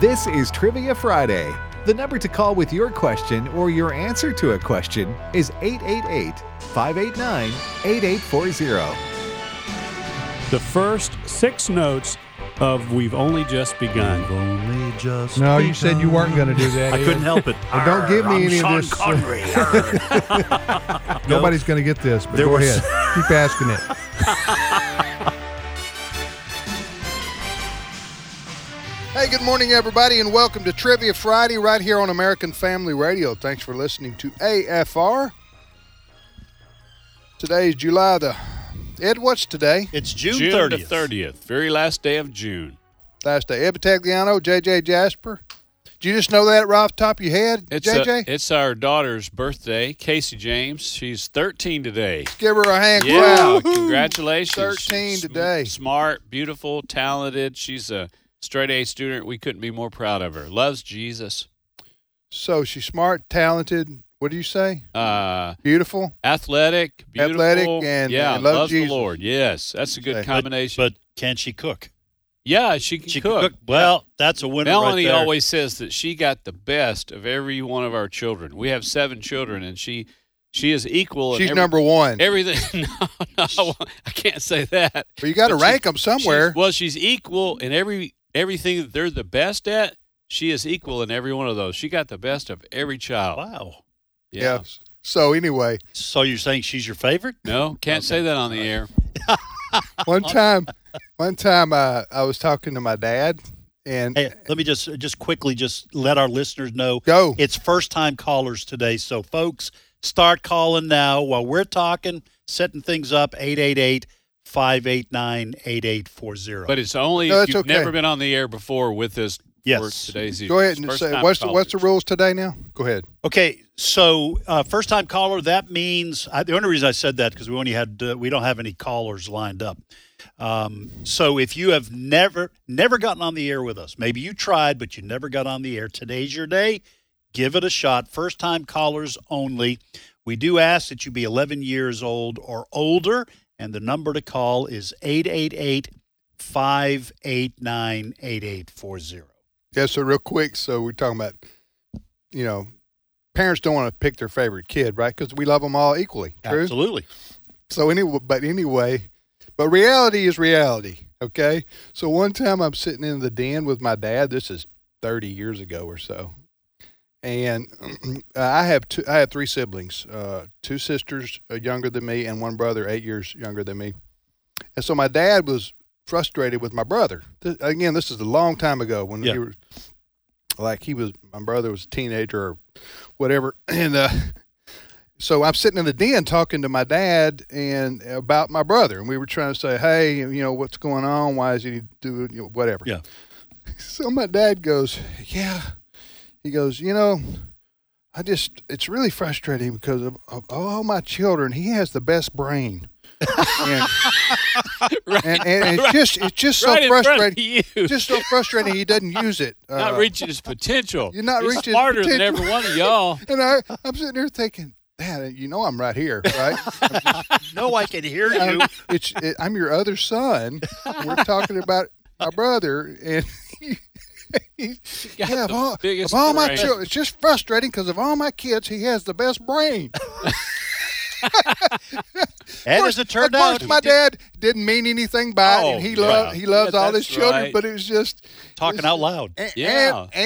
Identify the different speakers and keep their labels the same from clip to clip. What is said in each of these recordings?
Speaker 1: This is Trivia Friday. The number to call with your question or your answer to a question is 888 589 8840.
Speaker 2: The first six notes of We've Only Just Begun.
Speaker 3: Only just.
Speaker 4: No, you said you weren't going to do that.
Speaker 3: I couldn't help it.
Speaker 4: Well, don't give me
Speaker 3: I'm
Speaker 4: any of
Speaker 3: Sean
Speaker 4: this, uh,
Speaker 3: Connery. Arr.
Speaker 4: Nobody's going to get this, but
Speaker 3: There
Speaker 4: go
Speaker 3: was-
Speaker 4: ahead. Keep asking it.
Speaker 5: Hey, good morning, everybody, and welcome to Trivia Friday right here on American Family Radio. Thanks for listening to AFR. Today's July the. Ed, what's today?
Speaker 6: It's June,
Speaker 2: June
Speaker 6: 30th.
Speaker 2: the 30th, very last day of June.
Speaker 5: Last day. Ed Tagliano, JJ Jasper. Do you just know that right off the top of your head,
Speaker 2: It's, uh,
Speaker 5: JJ?
Speaker 2: it's our daughter's birthday, Casey James. She's 13 today.
Speaker 5: Give her a hand
Speaker 2: Yeah,
Speaker 5: clap.
Speaker 2: congratulations.
Speaker 5: 13
Speaker 2: She's sm-
Speaker 5: today.
Speaker 2: Smart, beautiful, talented. She's a straight A student. We couldn't be more proud of her. Loves Jesus.
Speaker 5: So she's smart, talented. What do you say?
Speaker 2: Uh,
Speaker 5: Beautiful.
Speaker 2: athletic, beautiful.
Speaker 5: Athletic and-
Speaker 2: yeah,
Speaker 5: and loves
Speaker 2: loves
Speaker 5: Jesus.
Speaker 2: the Lord. Yes, that's a good
Speaker 5: Okay. But-
Speaker 2: combination.
Speaker 6: But can she cook?
Speaker 2: yeah, she can
Speaker 6: She
Speaker 2: cook.
Speaker 6: can cook. Well, that's a winner
Speaker 2: Melanie
Speaker 6: right there.
Speaker 2: always says that she got the best of every one of our children. We have seven children, and she she is equal. in
Speaker 5: She's
Speaker 2: every-
Speaker 5: number one.
Speaker 2: Everything. No, no, I can't say that.
Speaker 5: Well, you got to
Speaker 2: But she-
Speaker 5: rank them somewhere.
Speaker 2: She's- well, she's equal in every everything that they're the best at. She is equal in every one of those. She got the best of every child.
Speaker 6: Wow.
Speaker 2: Yeah.
Speaker 5: Yes. So anyway,
Speaker 6: So you're saying she's your favorite?
Speaker 2: No, can't say that on the air.
Speaker 5: one time, one time uh, I was talking to my dad, and
Speaker 6: Hey, let me just just quickly just let our listeners know
Speaker 5: Go.
Speaker 6: it's first time callers today. So folks, start calling now while we're talking, setting things up 888-589-8840.
Speaker 2: But it's only
Speaker 5: No,
Speaker 2: if
Speaker 5: that's
Speaker 2: you've
Speaker 5: okay.
Speaker 2: never been on the air before with this.
Speaker 6: Yes.
Speaker 2: For today's
Speaker 5: Go ahead
Speaker 2: it's
Speaker 5: and
Speaker 2: first
Speaker 5: say
Speaker 2: time
Speaker 5: what's the, what's the
Speaker 2: callers.
Speaker 5: rules today now? Go ahead.
Speaker 6: Okay, so uh, first time caller, that means I, the only reason I said that because we only had uh, we don't have any callers lined up. Um, so if you have never never gotten on the air with us, maybe you tried but you never got on the air. Today's your day. Give it a shot. First time callers only. We do ask that you be 11 years old or older, and the number to call is 888 589 8840.
Speaker 5: Yeah. So real quick, so we're talking about, you know, parents don't want to pick their favorite kid, right? Because we love them all equally. True.
Speaker 6: Absolutely.
Speaker 5: So anyway, but anyway, but reality is reality. Okay. So one time I'm sitting in the den with my dad. This is 30 years ago or so, and uh, I have two. I have three siblings. Uh, two sisters uh, younger than me, and one brother eight years younger than me. And so my dad was frustrated with my brother. Th- again, this is a long time ago when
Speaker 6: Yeah.
Speaker 5: he was like he was my brother was a teenager or whatever, and uh, so I'm sitting in the den talking to my dad and about my brother, and we were trying to say, "Hey, you know what's going on? Why is he doing you know, whatever?"
Speaker 6: Yeah.
Speaker 5: So my dad goes, "Yeah," he goes, "You know, I just it's really frustrating because of, of all my children, he has the best brain." and, and, and it's just it's just so
Speaker 2: right in front of
Speaker 5: frustrating.
Speaker 2: you.
Speaker 5: Just so frustrating he doesn't use it.
Speaker 2: not
Speaker 5: Uh,
Speaker 2: reaching his potential.
Speaker 5: You're not
Speaker 2: He's
Speaker 5: reaching his
Speaker 2: smarter than
Speaker 5: potential.
Speaker 2: every one of y'all.
Speaker 5: and I, I'm sitting there thinking, Dad, you know I'm right here, right? I'm just-
Speaker 6: No, I can hear you.
Speaker 5: I'm, it's it, I'm your other son. We're talking about my brother and. he- he-
Speaker 2: got
Speaker 5: yeah, of
Speaker 2: the
Speaker 5: all, of
Speaker 2: biggest
Speaker 5: all my
Speaker 2: brain.
Speaker 5: children, it's just frustrating because of all my kids, he has the best brain.
Speaker 6: And as it turned
Speaker 5: of course,
Speaker 6: out,
Speaker 5: my dad didn't mean anything by it,
Speaker 2: Oh,
Speaker 5: and he loved
Speaker 2: yeah.
Speaker 5: he loves
Speaker 2: Yeah,
Speaker 5: all
Speaker 2: that's
Speaker 5: his children,
Speaker 2: right.
Speaker 5: but it was just
Speaker 6: talking out loud.
Speaker 5: and,
Speaker 2: Yeah.
Speaker 5: and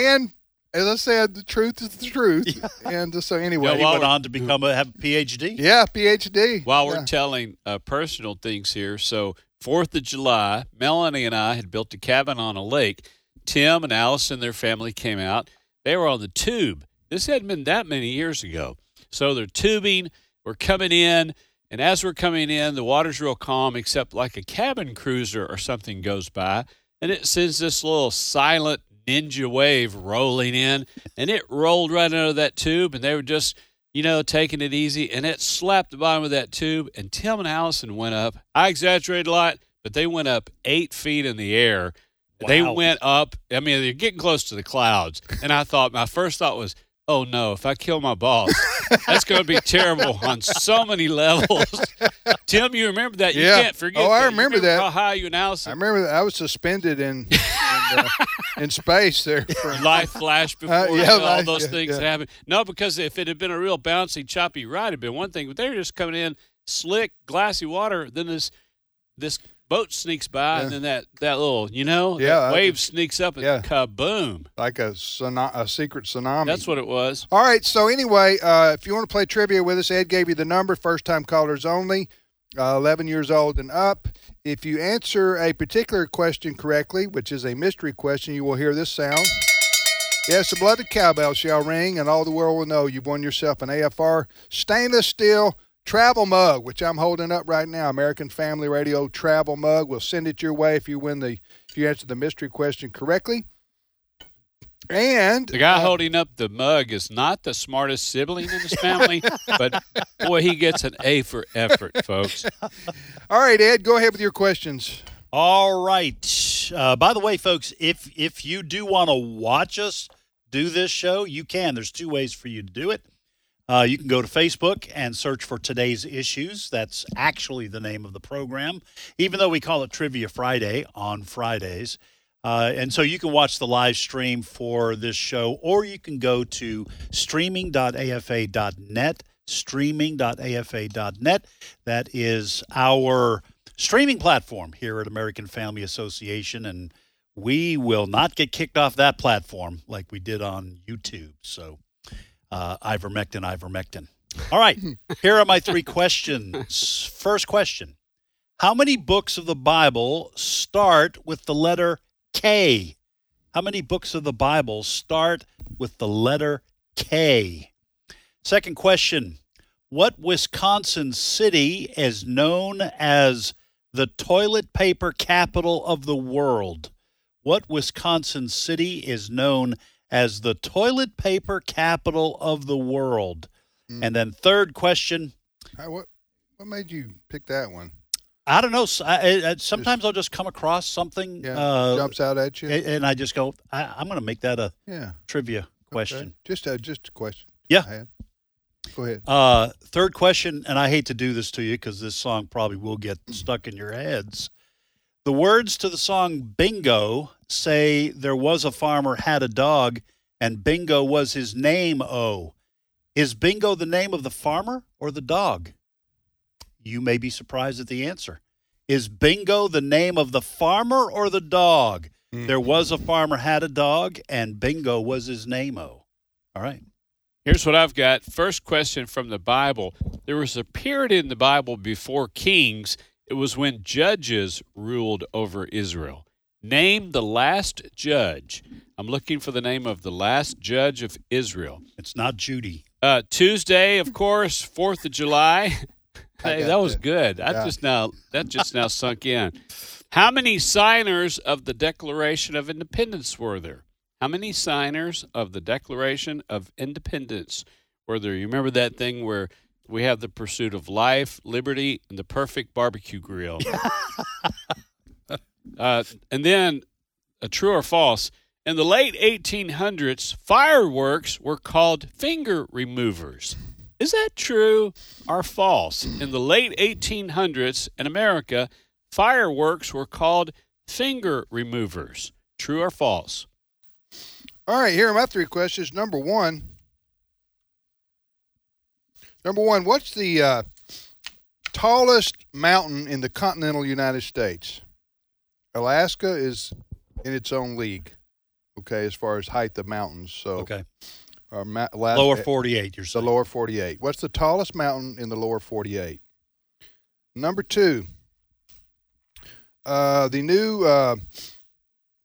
Speaker 5: and as I said, the truth is the truth, and uh, so anyway,
Speaker 2: Yeah,
Speaker 6: Well, he
Speaker 2: while
Speaker 6: went
Speaker 2: we're-
Speaker 6: on to become a have a PhD.
Speaker 5: yeah, PhD.
Speaker 2: While
Speaker 5: Yeah.
Speaker 2: we're telling uh, personal things here, so Fourth of July, Melanie and I had built a cabin on a lake. Tim and Alice and their family came out. They were on the tube. This hadn't been that many years ago. So they're tubing. We're coming in, and as we're coming in, the water's real calm, except like a cabin cruiser or something goes by, and it sends this little silent ninja wave rolling in, and it rolled right under that tube, and they were just you know, taking it easy, and it slapped the bottom of that tube. And Tim and Allison went up. I exaggerated a lot, but they went up eight feet in the air. They
Speaker 6: Wow.
Speaker 2: went up. I mean, they're getting close to the clouds. And I thought, my first thought was, oh no, if I kill my boss, that's going to be terrible on so many levels. Tim, you remember that? You
Speaker 5: Yeah.
Speaker 2: can't forget
Speaker 5: Oh, I
Speaker 2: that. You
Speaker 5: remember that.
Speaker 2: How high you and Allison
Speaker 5: I remember that I was suspended in, in uh, in space there. For,
Speaker 2: Life flash before
Speaker 5: Uh, yeah,
Speaker 2: you know, all
Speaker 5: life-
Speaker 2: those
Speaker 5: yeah,
Speaker 2: things
Speaker 5: yeah.
Speaker 2: happen. No, because if it had been a real bouncy, choppy ride, it'd been one thing. But they were just coming in slick, glassy water. Then this this boat sneaks by, and
Speaker 5: Yeah.
Speaker 2: then that that little you know that
Speaker 5: Yeah, I-
Speaker 2: wave sneaks up and
Speaker 5: yeah.
Speaker 2: kaboom!
Speaker 5: like a, tsuno- a secret tsunami.
Speaker 2: That's what it was.
Speaker 5: All right. So anyway, uh, if you want to play trivia with us, Ed gave you the number. First time callers only, uh, 11 years old and up. If you answer a particular question correctly, which is a mystery question, you will hear this sound. Yes, the blooded cowbell shall ring, and all the world will know you've won yourself an AFR stainless steel travel mug, which I'm holding up right now. American Family Radio travel mug. We'll send it your way if you win the if you answer the mystery question correctly. And
Speaker 2: The guy
Speaker 5: uh,
Speaker 2: holding up the mug is not the smartest sibling in his family, but boy, he gets an A for effort, folks.
Speaker 5: All right, Ed, go ahead with your questions.
Speaker 6: All right. Uh, by the way, folks, if if you do want to watch us do this show, you can. There's two ways for you to do it. Uh, you can go to Facebook and search for today's issues. That's actually the name of the program, even though we call it Trivia Friday on Fridays. Uh, and so you can watch the live stream for this show, or you can go to streaming.afa.net, streaming.afa.net. That is our streaming platform here at American Family Association. And we will not get kicked off that platform like we did on YouTube. So uh, ivermectin, ivermectin. All right, here are my three questions. First question How many books of the Bible start with the letter K? How many books of the Bible start with the letter K? Second question What Wisconsin city is known as the toilet paper capital of the world? What Wisconsin city is known as the toilet paper capital of the world?
Speaker 5: Hmm.
Speaker 6: And then, third question
Speaker 5: Hi, what what made you pick that one?
Speaker 6: I don't know. s- I- I- I- sometimes I'll just come across something
Speaker 5: Yeah,
Speaker 6: uh,
Speaker 5: jumps out at you.
Speaker 6: a- and I just go, I, I'm going to make that a
Speaker 5: yeah. okay.
Speaker 6: trivia question.
Speaker 5: Just a just a question.
Speaker 6: Yeah.
Speaker 5: I had. Go ahead.
Speaker 6: Uh, third question, and I hate to do this to you because this song probably will get stuck in your heads. The words to the song Bingo say there was a farmer had a dog, and Bingo was his name. Oh, is Bingo the name of the farmer or the dog? You may be surprised at the answer. Is Bingo the name of the farmer or the dog?
Speaker 5: Mm.
Speaker 6: There was a farmer had a dog, and Bingo was his name. Oh, all right.
Speaker 2: Here's what I've got. First question from the Bible. There was a period in the Bible before kings. It was when judges ruled over Israel. Name the last judge. I'm looking for the name of the last judge of Israel.
Speaker 6: It's not Judy.
Speaker 2: Uh, Tuesday, of course, Fourth of July.
Speaker 5: I
Speaker 2: hey,
Speaker 5: got
Speaker 2: that was
Speaker 5: that.
Speaker 2: good. I
Speaker 5: Yeah.
Speaker 2: just now that just now sunk in. How many signers of the Declaration of Independence were there? How many signers of the Declaration of Independence were there? You remember that thing where we have the pursuit of life, liberty, and the perfect barbecue grill. uh, and then, a true or false? In the late 1800s, fireworks were called finger removers. Is that true or false? In the late 1800s in America, fireworks were called finger removers. True or false?
Speaker 5: All right, here are my three questions. Number one. Number one, what's the uh, tallest mountain in the continental United States? Alaska is in its own league. Okay, as far as height of mountains. So
Speaker 6: Okay.
Speaker 5: uh, ma- Alaska,
Speaker 6: Lower 48, you're
Speaker 5: the
Speaker 6: saying.
Speaker 5: lower 48. What's the tallest mountain in the lower 48? Number two, uh, the new uh,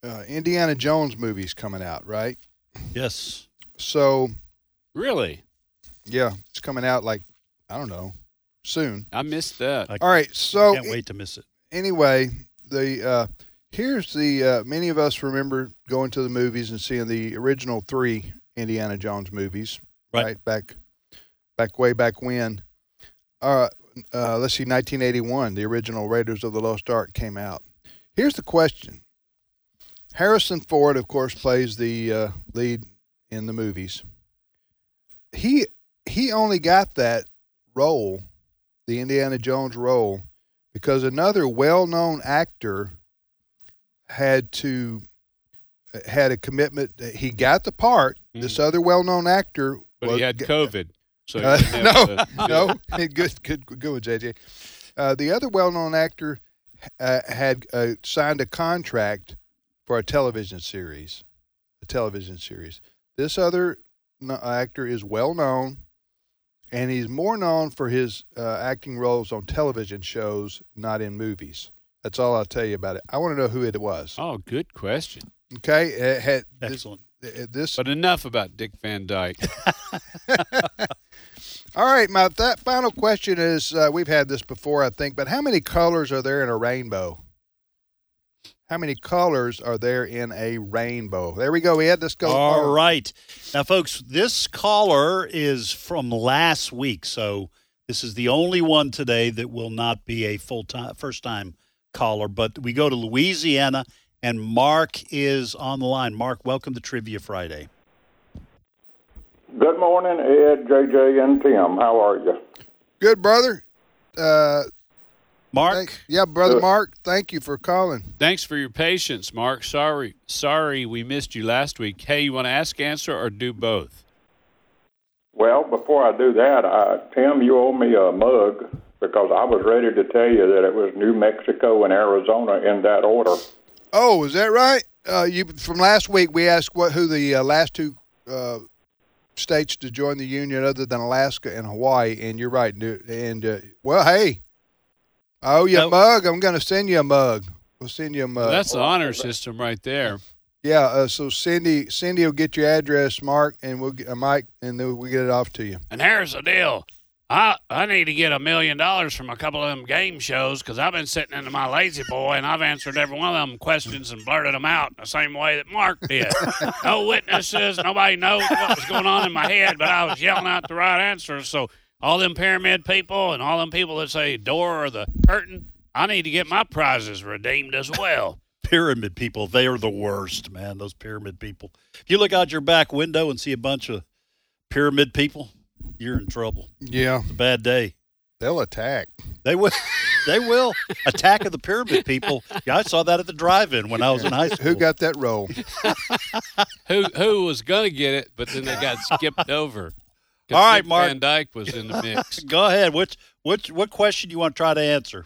Speaker 5: uh, Indiana Jones movie's coming out, right?
Speaker 6: Yes.
Speaker 5: So,
Speaker 2: Really?
Speaker 5: yeah, it's coming out like, I don't know, soon.
Speaker 2: I missed that.
Speaker 5: All right, so
Speaker 6: Can't wait to miss it.
Speaker 5: anyway, the uh, here's the uh, many of us remember going to the movies and seeing the original three Indiana Jones movies,
Speaker 6: Right.
Speaker 5: back, back way back when. Uh, uh, let's see, 1981, the original Raiders of the Lost Ark came out. Here's the question: Harrison Ford, of course, plays the uh, lead in the movies. He he only got that role, the Indiana Jones role, because another well-known actor had to uh, had a commitment. that He got the part. This other well-known actor,
Speaker 2: Mm. But
Speaker 5: was-
Speaker 2: he had COVID. So he
Speaker 5: Uh,
Speaker 2: didn't have
Speaker 5: no,
Speaker 2: to do it.
Speaker 5: no, Hey, good, good, good one, JJ. Uh, the other well-known actor uh, had uh, signed a contract for a television series. A television series. This other n- actor is well known, and he's more known for his uh, acting roles on television shows, not in movies. That's all I'll tell you about it. I want to know who it was.
Speaker 2: Oh, good question.
Speaker 5: Okay, it had this.
Speaker 6: Excellent.
Speaker 5: uh, this
Speaker 2: But enough about Dick Van Dyke.
Speaker 5: All right, my that final question is uh, we've had this before, I think, but how many colors are there in a rainbow? How many colors are there in a rainbow? There we go, Ed. Let's go.
Speaker 6: All right. Now, folks, this caller is from last week. So this is the only one today that will not be a full time, first time caller. But we go to Louisiana, and Mark is on the line. Mark, welcome to Trivia Friday.
Speaker 7: Good morning, Ed, JJ, and Tim. How are you?
Speaker 5: Good, brother. Uh,
Speaker 6: Mark,
Speaker 5: thank, yeah, brother Mark, thank you for calling.
Speaker 2: Thanks for your patience, Mark. Sorry, sorry we missed you last week. Hey, you want to ask, answer, or do both?
Speaker 7: Well, before I do that, I, Tim, you owe me a mug because I was ready to tell you that it was New Mexico and Arizona in that order.
Speaker 5: Oh, is that right? Uh, you from last week? We asked what who the uh, last two uh, states to join the union other than Alaska and Hawaii, and you're right. New, and uh, well, hey, I owe you a
Speaker 6: No.
Speaker 5: mug. I'm going to send you a mug. Uh, We'll send you a mug.
Speaker 2: That's the honor system right there.
Speaker 5: yeah. Uh, so Cindy, Cindy will get your address, Mark, and we'll get uh, Mike, and then we'll get it off to you.
Speaker 2: And here's the deal. I, I need to get a million dollars from a couple of them game shows because I've been sitting into my lazy boy and I've answered every one of them questions and blurted them out in the same way that Mark did. no witnesses, nobody knows what was going on in my head, but I was yelling out the right answers. So all them pyramid people and all them people that say door or the curtain, I need to get my prizes redeemed as well.
Speaker 6: pyramid people, they are the worst, man, those pyramid people. If you look out your back window and see a bunch of pyramid people, you're in trouble.
Speaker 5: Yeah,
Speaker 6: It's a bad day.
Speaker 5: they'll attack.
Speaker 6: They will. They will. Attack of the Pyramid People. Yeah, I saw that at the drive-in when I was in high school.
Speaker 5: Who got that role?
Speaker 2: Who who was gonna get it, but then they got skipped over.
Speaker 6: All right, Dick Mark. Van
Speaker 2: Dyke was in the mix.
Speaker 6: Go ahead. Which which what question you want to try to answer?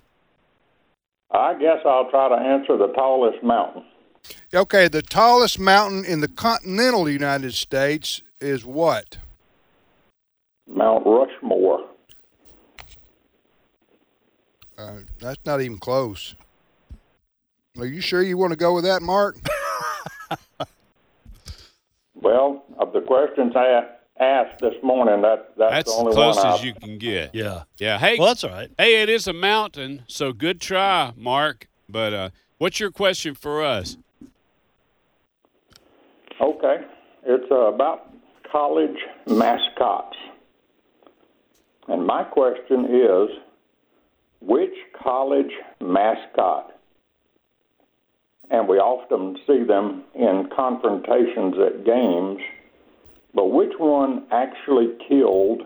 Speaker 7: I guess I'll try to answer the tallest mountain.
Speaker 5: Okay, the tallest mountain in the continental United States is what?
Speaker 7: Mount Rushmore.
Speaker 5: Uh, that's not even close. Are you sure you want to go with that, Mark?
Speaker 7: Well, of the questions I asked this morning, that that's,
Speaker 2: That's
Speaker 7: the
Speaker 2: as
Speaker 7: only
Speaker 2: close
Speaker 7: one
Speaker 2: as
Speaker 7: I,
Speaker 2: you can get.
Speaker 6: Yeah.
Speaker 2: Yeah. Hey,
Speaker 6: Well, that's all right.
Speaker 2: hey, it is a mountain, so good try, Mark. But uh, what's your question for us?
Speaker 7: Okay. It's uh, about college mascots. And my question is which college mascot? And we often see them in confrontations at games, but which one actually killed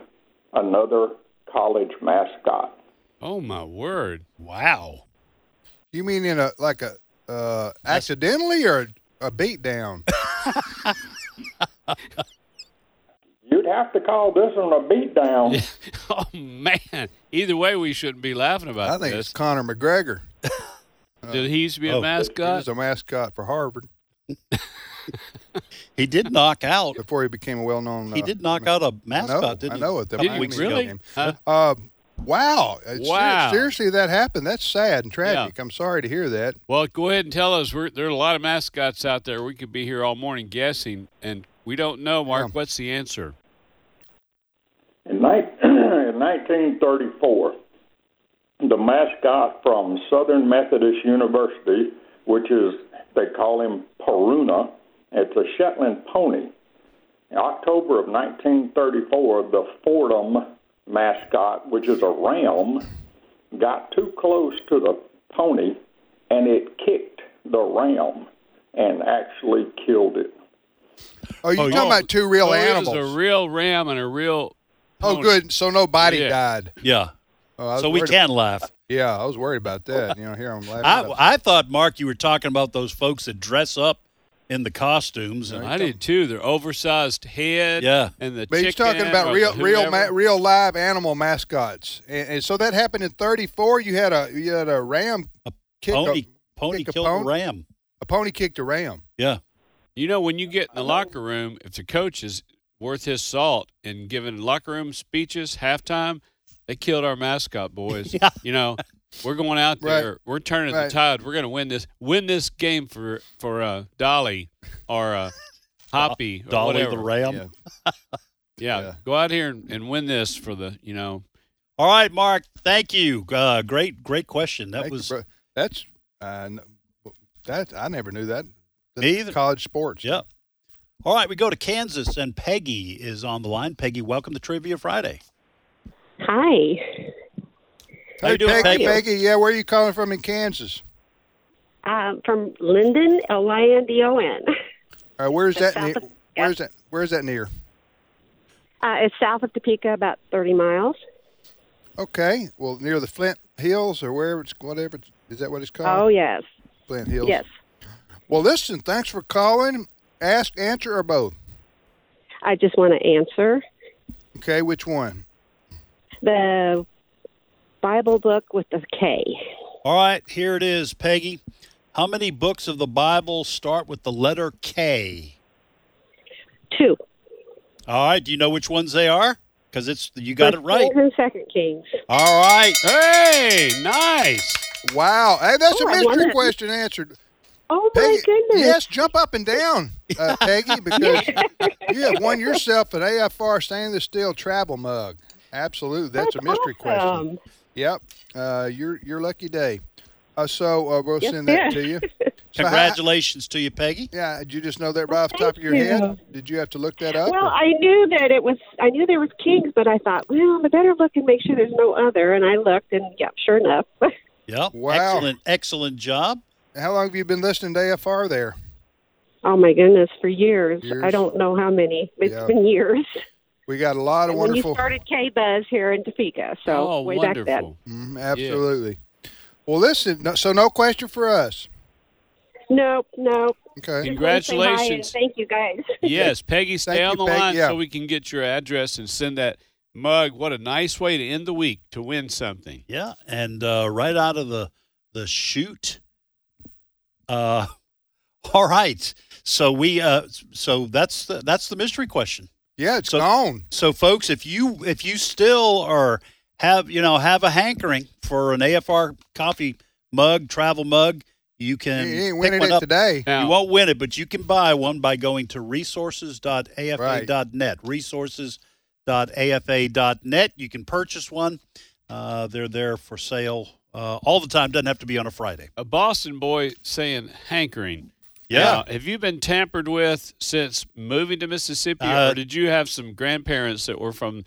Speaker 7: another college mascot?
Speaker 2: Oh my word!
Speaker 6: Wow.
Speaker 5: You mean in a like a uh, accidentally or a beat down?
Speaker 7: You'd have to call this one a beatdown.
Speaker 2: Oh man! Either way, we shouldn't be laughing about
Speaker 5: I think
Speaker 2: this.
Speaker 5: it's uh, Conor McGregor.
Speaker 2: Did he used to be a
Speaker 6: Oh.
Speaker 5: He was
Speaker 2: mascot?
Speaker 5: a mascot for Harvard
Speaker 6: He did knock out.
Speaker 5: before he became a well-known.
Speaker 6: He
Speaker 5: uh,
Speaker 6: did knock out a mascot,
Speaker 5: no,
Speaker 6: didn't
Speaker 5: I
Speaker 6: he?
Speaker 5: know it. The
Speaker 2: Did
Speaker 6: Couple
Speaker 2: he
Speaker 5: Miami
Speaker 6: weeks ago.
Speaker 2: really?
Speaker 5: game.
Speaker 2: Huh?
Speaker 5: Uh, wow! Uh, ser-
Speaker 2: Wow.
Speaker 5: seriously, that happened. That's sad and tragic. I'm sorry to hear that.
Speaker 2: Well, go ahead and tell us. We're, there are a lot of mascots out there. We could be here all morning guessing, and we don't know, Mark. What's the answer?
Speaker 7: In, ni- in 1934, the mascot from Southern Methodist University, which is, they call him Peruna, it's a Shetland pony. In October of 1934, the Fordham mascot, which is a ram, got too close to the pony and it kicked the ram and actually killed it.
Speaker 5: Oh, you're talking about two real
Speaker 2: Oh, it was
Speaker 5: animals?
Speaker 2: a real ram and a real.
Speaker 5: oh, good. So nobody
Speaker 2: Yeah.
Speaker 5: died.
Speaker 6: Yeah.
Speaker 5: Oh, I was
Speaker 6: So we
Speaker 5: worried-
Speaker 6: can laugh.
Speaker 5: Yeah, I was worried about that. You know, here I'm laughing.
Speaker 6: I
Speaker 5: about-
Speaker 6: I thought Mark, you were talking about those folks that dress up in the costumes. And
Speaker 2: I did too. Their oversized head.
Speaker 6: Yeah.
Speaker 2: And the
Speaker 5: But he's
Speaker 2: chicken
Speaker 5: talking about
Speaker 2: or
Speaker 5: real,
Speaker 2: the
Speaker 5: real, ma-
Speaker 2: whoever.
Speaker 5: real live animal mascots, and, and so that happened in '34. You had a you had a ram kick
Speaker 6: pony,
Speaker 5: a,
Speaker 6: pony
Speaker 5: kick a
Speaker 6: killed
Speaker 5: pony?
Speaker 6: a ram.
Speaker 5: a pony kicked a ram.
Speaker 6: Yeah.
Speaker 2: Oh, You know, when you get in the locker room, if the coach is worth his salt and giving locker room speeches, halftime, they killed our mascot, boys.
Speaker 6: Yeah.
Speaker 2: You know, we're going out
Speaker 5: Right.
Speaker 2: there. We're turning
Speaker 5: Right.
Speaker 2: the tide. We're going to win this win this game for for uh, Dolly or uh, Hoppy or
Speaker 6: Dolly
Speaker 2: whatever.
Speaker 6: the ram.
Speaker 5: Yeah.
Speaker 2: Yeah,
Speaker 5: Yeah.
Speaker 2: go out here and, and win this for the you know.
Speaker 6: All right, Mark. Thank you. Uh, great, great question. That
Speaker 5: Thank you,
Speaker 6: was
Speaker 5: bro. that's uh, n- that I never knew that. That's
Speaker 6: Me either.
Speaker 5: College sports.
Speaker 6: Yep. All right, we go to Kansas, and Peggy is on the line. Peggy, welcome to Trivia Friday.
Speaker 8: Hi.
Speaker 6: How you doing,
Speaker 5: Peggy,
Speaker 6: Peggy?
Speaker 5: Peggy, yeah, where are you calling from in Kansas?
Speaker 8: Um, from Linden, L Y N D O N.
Speaker 5: Uh, where's
Speaker 8: That's
Speaker 5: that? Near,
Speaker 8: south of- yeah.
Speaker 5: Where's that? Where's that near?
Speaker 8: Uh, it's south of Topeka, about 30 miles.
Speaker 5: Okay, well, near the Flint Hills or wherever it's whatever. it's- Is that what it's
Speaker 8: Oh,
Speaker 5: called?
Speaker 8: yes.
Speaker 5: Flint Hills.
Speaker 8: Yes.
Speaker 5: Well, listen, thanks for calling. Ask, answer, or both.
Speaker 8: I just want to answer.
Speaker 5: Okay, which one?
Speaker 8: The Bible book with a K.
Speaker 6: All right, here it is, Peggy. How many books of the Bible start with the letter K?
Speaker 8: Two.
Speaker 6: All right, do you know which ones they are? Because it's you got it
Speaker 8: First
Speaker 6: right.
Speaker 8: Kings and Second Kings.
Speaker 6: All right,
Speaker 2: Hey, nice.
Speaker 5: Wow, hey, that's
Speaker 8: Oh,
Speaker 5: a
Speaker 8: I
Speaker 5: mystery
Speaker 8: wonder-
Speaker 5: question answered.
Speaker 8: Oh, my goodness.
Speaker 5: yes, jump up and down, uh, Peggy, because you have won yourself an AFR stainless steel travel mug. Absolutely, that's, a mystery question.
Speaker 8: awesome.
Speaker 5: Yep, uh, your your lucky day. Uh, so uh, we'll
Speaker 8: Yes,
Speaker 5: send that
Speaker 8: sir.
Speaker 5: to you. So how-
Speaker 6: congratulations to you, Peggy.
Speaker 5: yeah, did you just know that right off the
Speaker 8: Well,
Speaker 5: top of your
Speaker 8: thank
Speaker 5: head? Did you have to look that up?
Speaker 8: Well,
Speaker 5: or-
Speaker 8: I knew that it was, I knew there was kings, but I thought, well, I better look and make sure there's no other. And I looked, and yep, sure enough. oh
Speaker 6: Yep.
Speaker 5: Wow.
Speaker 6: Excellent, excellent job.
Speaker 5: How long have you been listening to AFR there?
Speaker 8: oh, my goodness, for years.
Speaker 5: Years.
Speaker 8: I don't know how many. It's
Speaker 5: Yeah.
Speaker 8: been years.
Speaker 5: We got a lot of
Speaker 8: And When
Speaker 5: wonderful.
Speaker 8: you started K Buzz here in Topeka, so
Speaker 2: oh,
Speaker 8: way
Speaker 2: wonderful.
Speaker 8: back then.
Speaker 5: Mhm, absolutely. Well, listen. No, so no question for us.
Speaker 8: Nope, nope.
Speaker 5: Okay.
Speaker 2: Yeah.
Speaker 8: Just wanna say hi and
Speaker 2: Congratulations.
Speaker 8: Thank you guys.
Speaker 2: Yes, Peggy, stay
Speaker 5: Thank
Speaker 2: on
Speaker 5: you,
Speaker 2: the
Speaker 5: Peg.
Speaker 2: line
Speaker 5: Yeah.
Speaker 2: so we can get your address and send that mug. What a nice way to end the week to win something.
Speaker 6: Yeah, and uh, right out of the the shoot. Uh, all right. So we uh, so that's the, that's the mystery question.
Speaker 5: Yeah, it's
Speaker 6: So-
Speaker 5: gone.
Speaker 6: So folks, if you if you still are have you know have a hankering for an AFR coffee mug, travel mug, you can
Speaker 5: You ain't
Speaker 6: pick
Speaker 5: winning
Speaker 6: one
Speaker 5: it
Speaker 6: up.
Speaker 5: today.
Speaker 2: Now,
Speaker 6: You won't win it, but you can buy one by going to resources.afa.net. Resources.afa.net. You can purchase one. Uh, they're there for sale uh, all the time. Doesn't have to be on a Friday.
Speaker 2: a Boston boy saying hankering. Now, have you been tampered with since moving to Mississippi,
Speaker 6: Uh,
Speaker 2: or did you have some grandparents that were from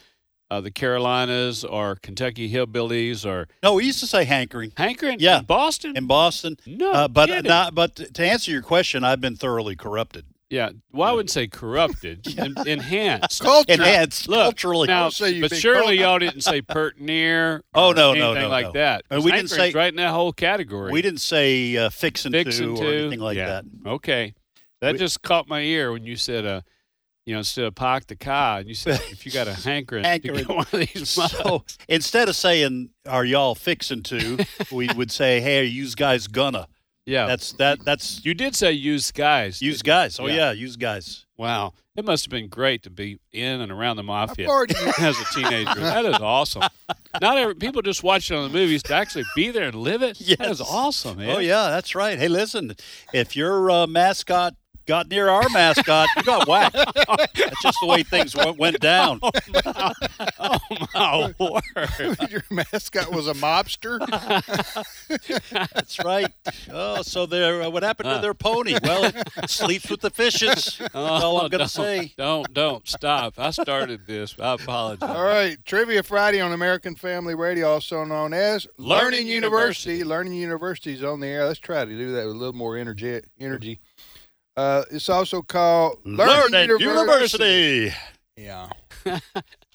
Speaker 2: uh, the Carolinas or Kentucky hillbillies or
Speaker 6: No, we used to say hankering
Speaker 2: hankering?
Speaker 6: Yeah.
Speaker 2: in Boston.
Speaker 6: in Boston.
Speaker 2: no,
Speaker 6: Uh, but
Speaker 2: kidding.
Speaker 6: not, but to answer your question, I've been thoroughly corrupted.
Speaker 2: Yeah, well, I wouldn't say corrupted, en- enhanced.
Speaker 5: Culture.
Speaker 6: Enhanced
Speaker 2: Look,
Speaker 6: culturally.
Speaker 2: Now,
Speaker 5: Don't say you've
Speaker 2: but
Speaker 5: been
Speaker 2: surely
Speaker 5: called-
Speaker 2: y'all didn't say pert near.
Speaker 6: Oh,
Speaker 2: or
Speaker 6: no, no,
Speaker 2: anything
Speaker 6: no,
Speaker 2: like
Speaker 6: no.
Speaker 2: that.
Speaker 6: And we didn't
Speaker 2: Hankering's
Speaker 6: say-
Speaker 2: right in that whole category.
Speaker 6: we didn't say uh, fixing
Speaker 2: fix and
Speaker 6: to
Speaker 2: two
Speaker 6: or anything like
Speaker 2: Yeah.
Speaker 6: that.
Speaker 2: Okay, that
Speaker 6: We-
Speaker 2: just caught my ear when you said uh, you know, instead of park the car, and you said if you got a hankering, to
Speaker 6: Hankering.
Speaker 2: get one of these. mugs.
Speaker 6: So instead of saying "Are y'all fixing to," we would say "Hey, are yous guys gonna."
Speaker 2: yeah,
Speaker 6: That's that. That's
Speaker 2: you did say used guys.
Speaker 6: use guys. Oh
Speaker 2: Yeah.
Speaker 6: yeah, use guys.
Speaker 2: wow, it must have been great to be in and around the mafia.
Speaker 5: far do you-
Speaker 2: as a teenager. That is awesome. Not every, people just watch it on the movies to actually be there and live it. That
Speaker 6: Yes.
Speaker 2: is awesome, man.
Speaker 6: Oh yeah, that's right. Hey, listen, if your uh, mascot got near our mascot, you got whacked. That's just the way things went, went down.
Speaker 2: Oh my word.
Speaker 5: Your mascot was a mobster.
Speaker 6: That's right. Oh, so there. What happened to their pony? Well, it sleeps with the fishes. That's all I'm gonna
Speaker 2: don't,
Speaker 6: say.
Speaker 2: Don't don't stop. I started this. I apologize.
Speaker 5: All right, Trivia Friday on American Family Radio, also known as
Speaker 2: Learning
Speaker 5: University.
Speaker 2: University.
Speaker 5: Learning University is on the air. Let's try to do that with a little more energy. Energy. Uh, it's also called
Speaker 6: Learning University.
Speaker 5: Yeah.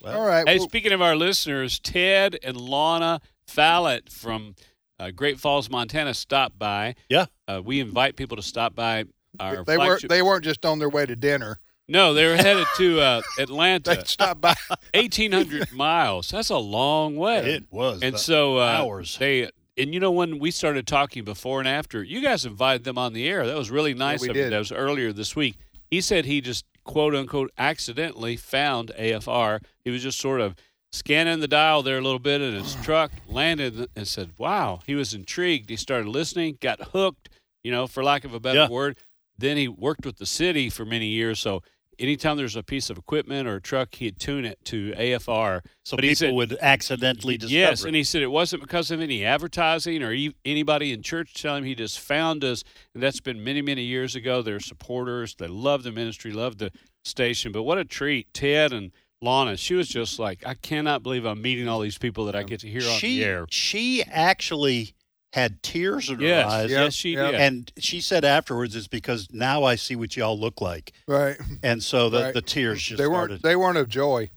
Speaker 6: Well,
Speaker 5: All right.
Speaker 2: Hey,
Speaker 5: well,
Speaker 2: speaking of our listeners, Ted and Lana Fallett from uh, Great Falls, Montana, stopped by.
Speaker 6: Yeah.
Speaker 2: Uh, we invite people to stop by Our
Speaker 5: They weren't.
Speaker 2: flagship-
Speaker 5: They weren't just on their way to dinner.
Speaker 2: no, they were headed to uh,
Speaker 5: They
Speaker 2: Atlanta,
Speaker 5: stopped by.
Speaker 2: 1,800 miles. That's a long way.
Speaker 6: It was.
Speaker 2: and
Speaker 6: the-
Speaker 2: so uh,
Speaker 6: hours.
Speaker 2: they and you know when we started talking before and after you guys invited them on the air that was really nice
Speaker 5: we
Speaker 2: of you
Speaker 5: did.
Speaker 2: that was earlier this week he said he just quote unquote accidentally found afr he was just sort of scanning the dial there a little bit and his truck landed and said wow he was intrigued he started listening got hooked you know for lack of a better
Speaker 6: Yeah.
Speaker 2: word then he worked with the city for many years so anytime there's a piece of equipment or a truck he'd tune it to afr
Speaker 6: so
Speaker 2: but
Speaker 6: people
Speaker 2: he said-
Speaker 6: would accidentally discover.
Speaker 2: Yes,
Speaker 6: it.
Speaker 2: and he said it wasn't because of any advertising or e- anybody in church telling him. He just found us, and that's been many, many years ago. They're supporters. They love the ministry, love the station. But what a treat, Ted and Lana. She was just like, I cannot believe I'm meeting all these people that I get to hear on
Speaker 6: she
Speaker 2: the air.
Speaker 6: she actually had tears in her
Speaker 2: Yes,
Speaker 6: eyes.
Speaker 2: yes, she
Speaker 5: Yep.
Speaker 2: did.
Speaker 6: And she said afterwards, "It's because now I see what y'all look like,"
Speaker 5: Right.
Speaker 6: and so the,
Speaker 5: Right.
Speaker 6: the tears just
Speaker 5: they weren't.
Speaker 6: started.
Speaker 5: They weren't of joy.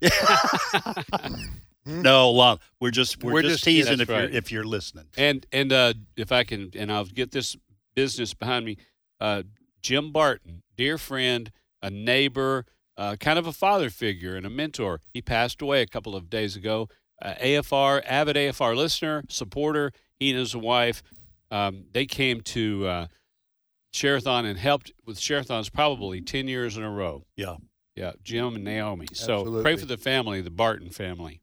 Speaker 6: no, Lon, we're just we're,
Speaker 5: We're
Speaker 6: just,
Speaker 5: just kidding.
Speaker 6: teasing if
Speaker 2: That's
Speaker 6: you're
Speaker 2: right.
Speaker 6: if you're listening.
Speaker 2: And and uh, if I can, and I'll get this business behind me. Uh, Jim Barton, dear friend, a neighbor, uh, kind of a father figure and a mentor. He passed away a couple of days ago. Uh, AFR, avid AFR listener, supporter. He and his wife, um, they came to uh, Sherathon and helped with Sherathon's probably ten years in a row.
Speaker 6: Yeah.
Speaker 2: Yeah, Jim and Naomi. So pray
Speaker 5: Absolutely.
Speaker 2: for the family, the Barton family.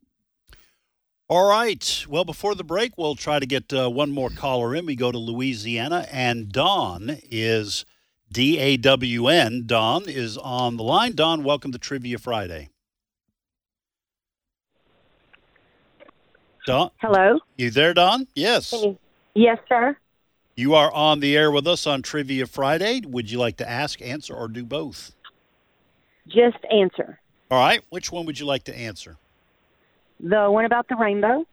Speaker 6: All right. Well, before the break, we'll try to get uh, one more caller in. We go to Louisiana, and Don is D A W N. Don is on the line. Don, welcome to Trivia Friday. Don,
Speaker 8: Hello.
Speaker 6: you there, Don? Yes.
Speaker 8: Can you- Yes, sir.
Speaker 6: You are on the air with us on Trivia Friday. Would you like to ask, answer, or do both?
Speaker 9: Just answer.
Speaker 6: All right. Which one would you like to answer?
Speaker 9: The one about the rainbow,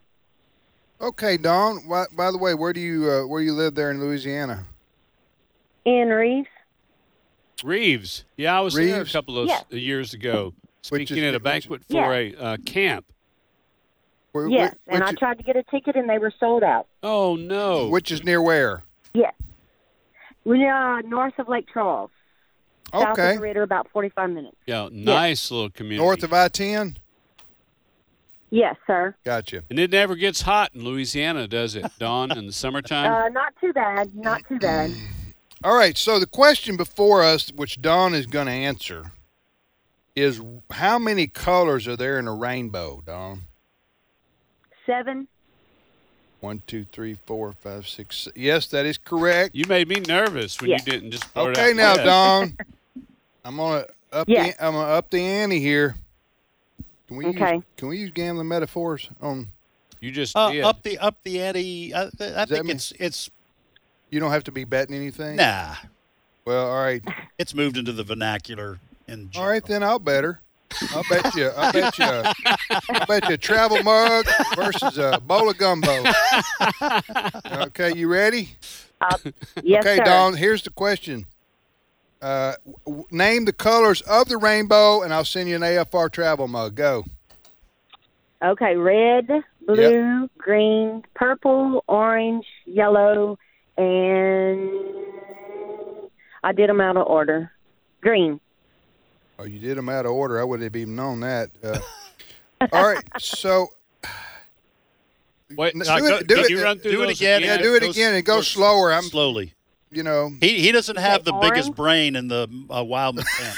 Speaker 5: Okay, Don. Why, by the way, where do you uh, where you live there in Louisiana?
Speaker 9: Anne Reeves.
Speaker 2: Reeves. Yeah, I was there a
Speaker 5: Reeves?
Speaker 2: couple of
Speaker 9: Yes.
Speaker 2: years ago
Speaker 5: Which is-
Speaker 2: speaking at a
Speaker 5: which-
Speaker 2: banquet for a uh, camp.
Speaker 5: Where,
Speaker 9: Yes,
Speaker 5: which,
Speaker 9: and I tried to get a ticket and they were sold out.
Speaker 2: Oh no!
Speaker 5: which is near where?
Speaker 9: Yes. We are north of Lake Charles, south
Speaker 5: Okay,
Speaker 9: of the Ritter, about 45 minutes.
Speaker 2: yeah, nice little community.
Speaker 5: north of I ten.
Speaker 9: Yes, sir.
Speaker 5: Gotcha.
Speaker 2: and it never gets hot in Louisiana, does it, Don? In the summertime.
Speaker 9: Uh, not too bad. Not too bad.
Speaker 5: All right. So the question before us, which Don is going to answer, is how many colors are there in a rainbow, Don?
Speaker 9: Seven.
Speaker 5: One, two, three, four, five, six. se- Yes, that is correct.
Speaker 2: you made me nervous when
Speaker 9: Yes.
Speaker 2: you didn't just. blurt
Speaker 5: Okay,
Speaker 2: out
Speaker 5: now
Speaker 2: yes.
Speaker 5: Don, I'm gonna up
Speaker 9: Yes.
Speaker 5: the I'm gonna up the ante here. Can we
Speaker 9: Okay.
Speaker 5: use, can we use gambling metaphors Um, on?
Speaker 2: You just
Speaker 6: Uh,
Speaker 2: did.
Speaker 6: Up the up the ante. I, I think
Speaker 5: mean-
Speaker 6: it's it's
Speaker 5: You don't have to be betting anything.
Speaker 6: nah.
Speaker 5: Well, all right,
Speaker 6: It's moved into the vernacular. In
Speaker 5: all right then. I'll bet her. I'll bet you. I'll bet you. a- I'll bet you a travel mug versus a bowl of gumbo. Okay, you ready?
Speaker 9: Yes,
Speaker 5: okay,
Speaker 9: sir.
Speaker 5: Don. Here's the question. Uh, w- w- name the colors of the rainbow, and I'll send you an AFR travel mug. Go.
Speaker 9: Okay, red, blue, green, purple, orange, yellow, and I did them out of order. Green.
Speaker 5: Oh, you did them out of order. I would have even known that. Uh, all right, so
Speaker 2: Wait,
Speaker 5: n-
Speaker 2: now
Speaker 5: do it-
Speaker 2: go-
Speaker 5: do
Speaker 2: can
Speaker 5: it-
Speaker 2: you run through
Speaker 6: do it
Speaker 2: those
Speaker 6: again.
Speaker 5: yeah, do it
Speaker 6: goes-
Speaker 5: again and go
Speaker 6: goes
Speaker 5: slower. I'm,
Speaker 6: slowly.
Speaker 5: you know,
Speaker 6: He he doesn't have the
Speaker 9: Okay,
Speaker 6: biggest
Speaker 9: orange.
Speaker 6: brain in the uh, Wildman family.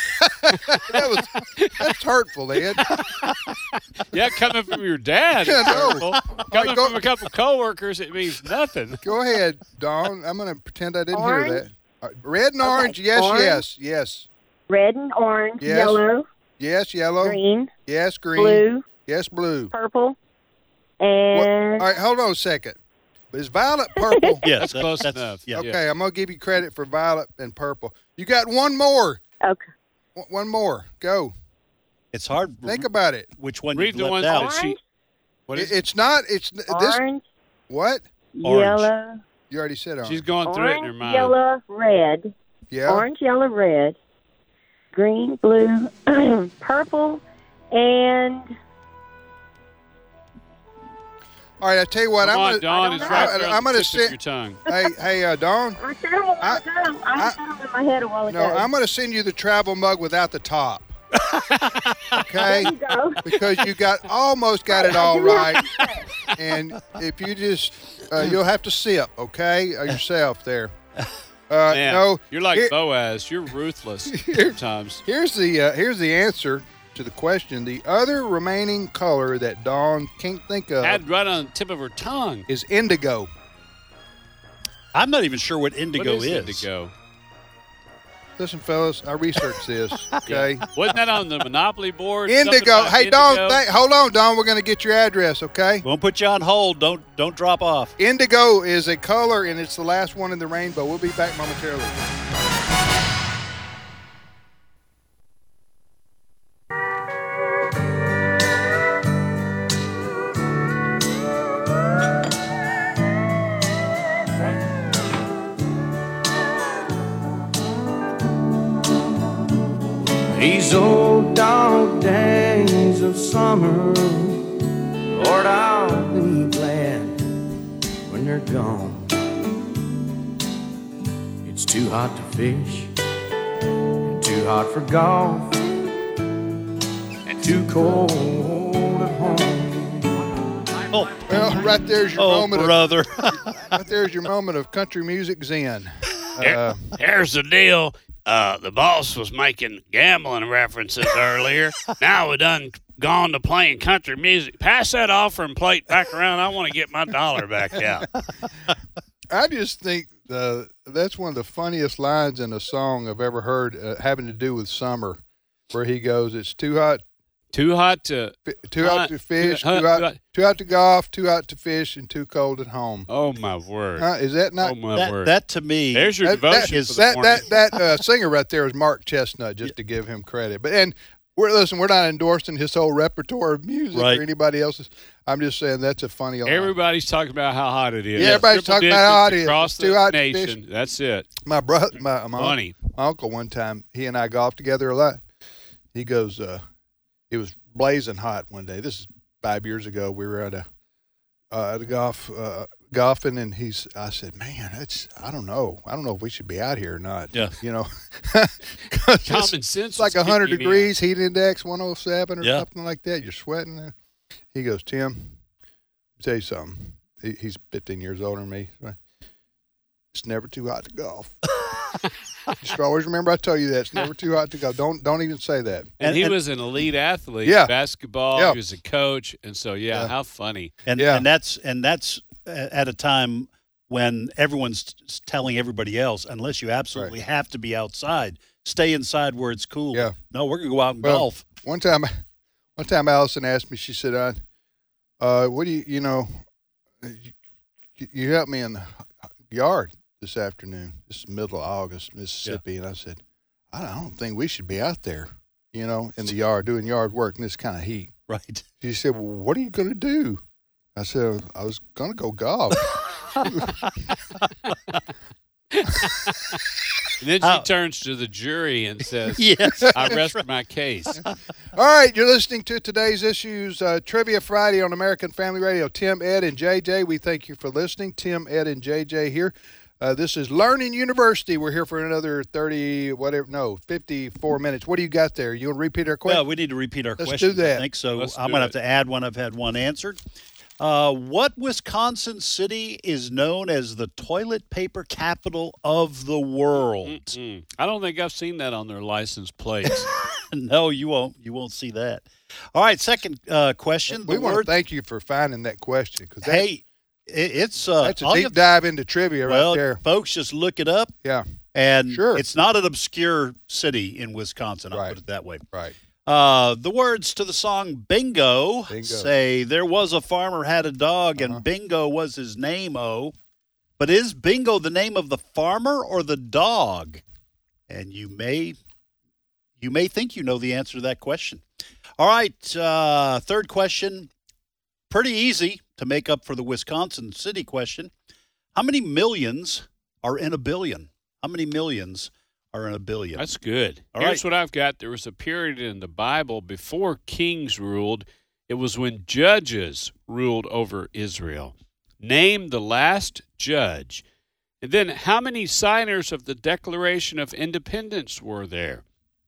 Speaker 5: that was that's hurtful, Ed.
Speaker 2: Yeah, coming from your dad.
Speaker 5: Yeah, I know.
Speaker 2: Careful. Coming
Speaker 5: go-
Speaker 2: from a couple of coworkers, it means nothing.
Speaker 5: Go ahead, Don. I'm going to pretend I didn't
Speaker 9: Orange?
Speaker 5: hear that. All right, Red and
Speaker 9: Okay,
Speaker 5: orange. Yes,
Speaker 9: orange.
Speaker 5: yes, yes,
Speaker 9: Red and orange,
Speaker 5: Yes.
Speaker 9: yellow,
Speaker 5: yes. Yellow.
Speaker 9: green,
Speaker 5: Yes, green.
Speaker 9: blue,
Speaker 5: Yes, blue.
Speaker 9: purple,
Speaker 5: What-
Speaker 9: and
Speaker 5: all right, hold on a second. Is violet purple?
Speaker 6: Yes,
Speaker 2: That's
Speaker 6: that-
Speaker 2: close
Speaker 6: that's-
Speaker 2: enough.
Speaker 6: Yeah.
Speaker 5: okay, I'm going to give you credit for violet and purple. You got one more.
Speaker 9: okay,
Speaker 5: One- One more. Go.
Speaker 2: Mm-hmm.
Speaker 6: It's hard. to
Speaker 5: Think
Speaker 6: Think
Speaker 5: about it.
Speaker 6: which one
Speaker 2: Read
Speaker 6: you
Speaker 2: the ones
Speaker 6: left
Speaker 2: that
Speaker 6: out.
Speaker 2: she.
Speaker 9: Orange?
Speaker 2: What is
Speaker 5: It- it's not. It's n- this.
Speaker 9: orange,
Speaker 5: What?
Speaker 6: Orange.
Speaker 9: yellow,
Speaker 5: You already said orange.
Speaker 2: She's going through it in her
Speaker 9: orange,
Speaker 2: mind.
Speaker 9: yellow, red,
Speaker 5: yeah.
Speaker 9: orange, yellow, red, green, blue, purple, and
Speaker 5: All right, I tell you what,
Speaker 2: Come
Speaker 5: I'm
Speaker 2: on,
Speaker 5: gonna,
Speaker 2: Don. It's right
Speaker 5: I-
Speaker 2: there on
Speaker 5: I'm
Speaker 2: the
Speaker 5: gonna
Speaker 2: tip of
Speaker 5: sit-
Speaker 2: your tongue.
Speaker 5: hey, hey, uh, Don.
Speaker 9: I said them a while
Speaker 5: I-
Speaker 9: ago. I,
Speaker 5: I-
Speaker 9: said them in my head a while ago.
Speaker 5: No, I'm going to send you the travel mug without the top. okay,
Speaker 9: There you go.
Speaker 5: because you got almost got it all right, and if you just, uh, you'll have to sip. Okay, uh, yourself there. Uh,
Speaker 2: Man,
Speaker 5: no,
Speaker 2: you're like
Speaker 5: here-
Speaker 2: Boaz. You're ruthless sometimes.
Speaker 5: Here's the uh, here's the answer to the question. The other remaining color that Dawn can't think of
Speaker 2: Had right on the tip of her tongue.
Speaker 5: is indigo.
Speaker 6: I'm not even sure what indigo
Speaker 2: what is, indigo?
Speaker 5: Listen, fellas, I researched this. Okay,
Speaker 2: Wasn't that on the Monopoly board? Something
Speaker 5: indigo.
Speaker 2: about
Speaker 5: Hey, Dawn, th- hold on, Dawn. We're gonna get your address. Okay.
Speaker 6: Won't put you on hold. Don't don't drop off.
Speaker 5: Indigo is a color, and it's the last one in the rainbow. We'll be back momentarily.
Speaker 10: These old dog days of summer, Lord, I'll be glad when they're gone. It's too hot to fish, and too hot for golf, and too cold at home.
Speaker 6: Oh,
Speaker 5: Well, right there's your
Speaker 6: oh
Speaker 5: moment.
Speaker 6: brother.
Speaker 5: Of, right there's your moment of country music zen. Uh,
Speaker 11: Here's the deal. Uh, the boss was making gambling references earlier. now we done gone to playing country music. Pass that offering plate back around. I want to get my dollar back out.
Speaker 5: I just think the that's one of the funniest lines in a song I've ever heard, uh, having to do with summer, where he goes, "It's too hot,
Speaker 2: Too hot to.
Speaker 5: fi- too
Speaker 2: Hot,
Speaker 5: hot to fish,
Speaker 2: too hot,
Speaker 5: too
Speaker 2: too hot."
Speaker 5: hot, too hot to golf, too hot to fish, and too cold at home."
Speaker 2: Oh my word.
Speaker 5: Huh, is that
Speaker 2: oh
Speaker 5: not?
Speaker 2: my
Speaker 6: that,
Speaker 2: word.
Speaker 6: that to me.
Speaker 2: There's your
Speaker 5: Uh, that,
Speaker 2: devotion
Speaker 5: that,
Speaker 2: for the
Speaker 5: that,
Speaker 2: morning.
Speaker 5: that that, uh, singer right there is Mark Chestnut, just to give him credit. But and we're listen, we're not endorsing his whole repertoire of music
Speaker 6: Right.
Speaker 5: or anybody else's. I'm just saying that's a funny line.
Speaker 2: Everybody's talking about how hot it is.
Speaker 5: Yeah, everybody's
Speaker 2: Triple
Speaker 5: talking about
Speaker 2: digits
Speaker 5: how hot it is.
Speaker 2: Across
Speaker 5: It's
Speaker 2: the
Speaker 5: too hot to
Speaker 2: nation. That's it.
Speaker 5: my brother, my, my uncle,
Speaker 2: Money.
Speaker 5: my uncle, one time, he and I golfed together a lot. He goes, uh, it was blazing hot one day. This is five years ago. We were at a, uh, at a golf, uh, golfing, and he's, I said, man, that's, I don't know. I don't know if we should be out here or not.
Speaker 6: Yeah.
Speaker 5: You know, 'Cause it's,
Speaker 2: Common sense.
Speaker 5: it's like
Speaker 2: is kicking
Speaker 5: 100
Speaker 2: in.
Speaker 5: degrees, heat index 107 or
Speaker 6: Yeah.
Speaker 5: something like that. You're sweating. He goes, Tim, let me tell you something. He, he's 15 years older than me. It's never too hot to golf. Just always remember I tell you that. It's never too hot to golf. Don't don't even say that.
Speaker 2: And,
Speaker 6: And-
Speaker 2: he
Speaker 6: and-
Speaker 2: was an elite athlete.
Speaker 5: Yeah.
Speaker 2: Basketball.
Speaker 5: Yeah.
Speaker 2: He was a coach. And so, yeah,
Speaker 5: Yeah.
Speaker 2: how funny.
Speaker 6: and
Speaker 5: Yeah.
Speaker 6: and that's and that's a- at a time when everyone's t- telling everybody else unless you absolutely have to be outside stay inside where it's cool
Speaker 5: Yeah.
Speaker 6: no we're gonna go out and
Speaker 5: Well-
Speaker 6: golf
Speaker 5: One time, one time Allison asked me, she said, uh, uh, what do you, you know, you, you helped me in the yard this afternoon. This is middle of August, Mississippi. And I said, I don't- I don't think we should be out there, you know, in the yard doing yard work in this kind of heat.
Speaker 6: right
Speaker 5: She said, well, what are you going to do? I said, I was going to go golf.
Speaker 2: And then she
Speaker 6: How-
Speaker 2: turns to the jury and says,
Speaker 6: yes
Speaker 2: I rest my case.
Speaker 5: All right, you're listening to today's issues uh, Trivia Friday on American Family Radio. Tim, Ed, and JJ, we thank you for listening. Tim, Ed, and JJ here. Uh, this is Learning University. We're here for another 30, whatever, no, 54 minutes. What do you got there? You want to repeat our
Speaker 6: well
Speaker 5: question?
Speaker 6: we need to repeat our
Speaker 5: Let's do
Speaker 6: question
Speaker 5: that.
Speaker 6: i think so
Speaker 2: Let's
Speaker 6: i'm
Speaker 2: do
Speaker 6: gonna
Speaker 2: it.
Speaker 6: have to add one i've had one answered uh, what wisconsin city is known as the toilet paper capital of the world
Speaker 2: Mm. I don't think I've seen that on their license plates.
Speaker 6: no you won't you won't see that all right second uh, question
Speaker 5: we
Speaker 6: the
Speaker 5: want
Speaker 6: word
Speaker 5: to thank you for finding that question because that,
Speaker 6: hey, i- it's uh,
Speaker 5: that's a
Speaker 6: all you
Speaker 5: deep dive into trivia
Speaker 6: well,
Speaker 5: right there.
Speaker 6: folks, just look it up,
Speaker 5: Yeah,
Speaker 6: and
Speaker 5: Sure.
Speaker 6: it's not an obscure city in Wisconsin. I'll
Speaker 5: Right.
Speaker 6: put it that way.
Speaker 5: right.
Speaker 6: Uh, the words to the song "Bingo,",
Speaker 5: Bingo.
Speaker 6: say there was a farmer had a dog,
Speaker 5: Uh-huh.
Speaker 6: and Bingo was his name. Oh, but is Bingo the name of the farmer or the dog? And you may, you may think you know the answer to that question. All right, uh, third question, pretty easy to make up for the Wisconsin city question. How many millions are in a billion? How many millions are in a billion?
Speaker 2: That's good.
Speaker 6: All
Speaker 2: Here's what I've got. There was a period in the Bible before kings ruled. It was when judges ruled over Israel. Name the last judge. And then how many signers of the Declaration of Independence were there?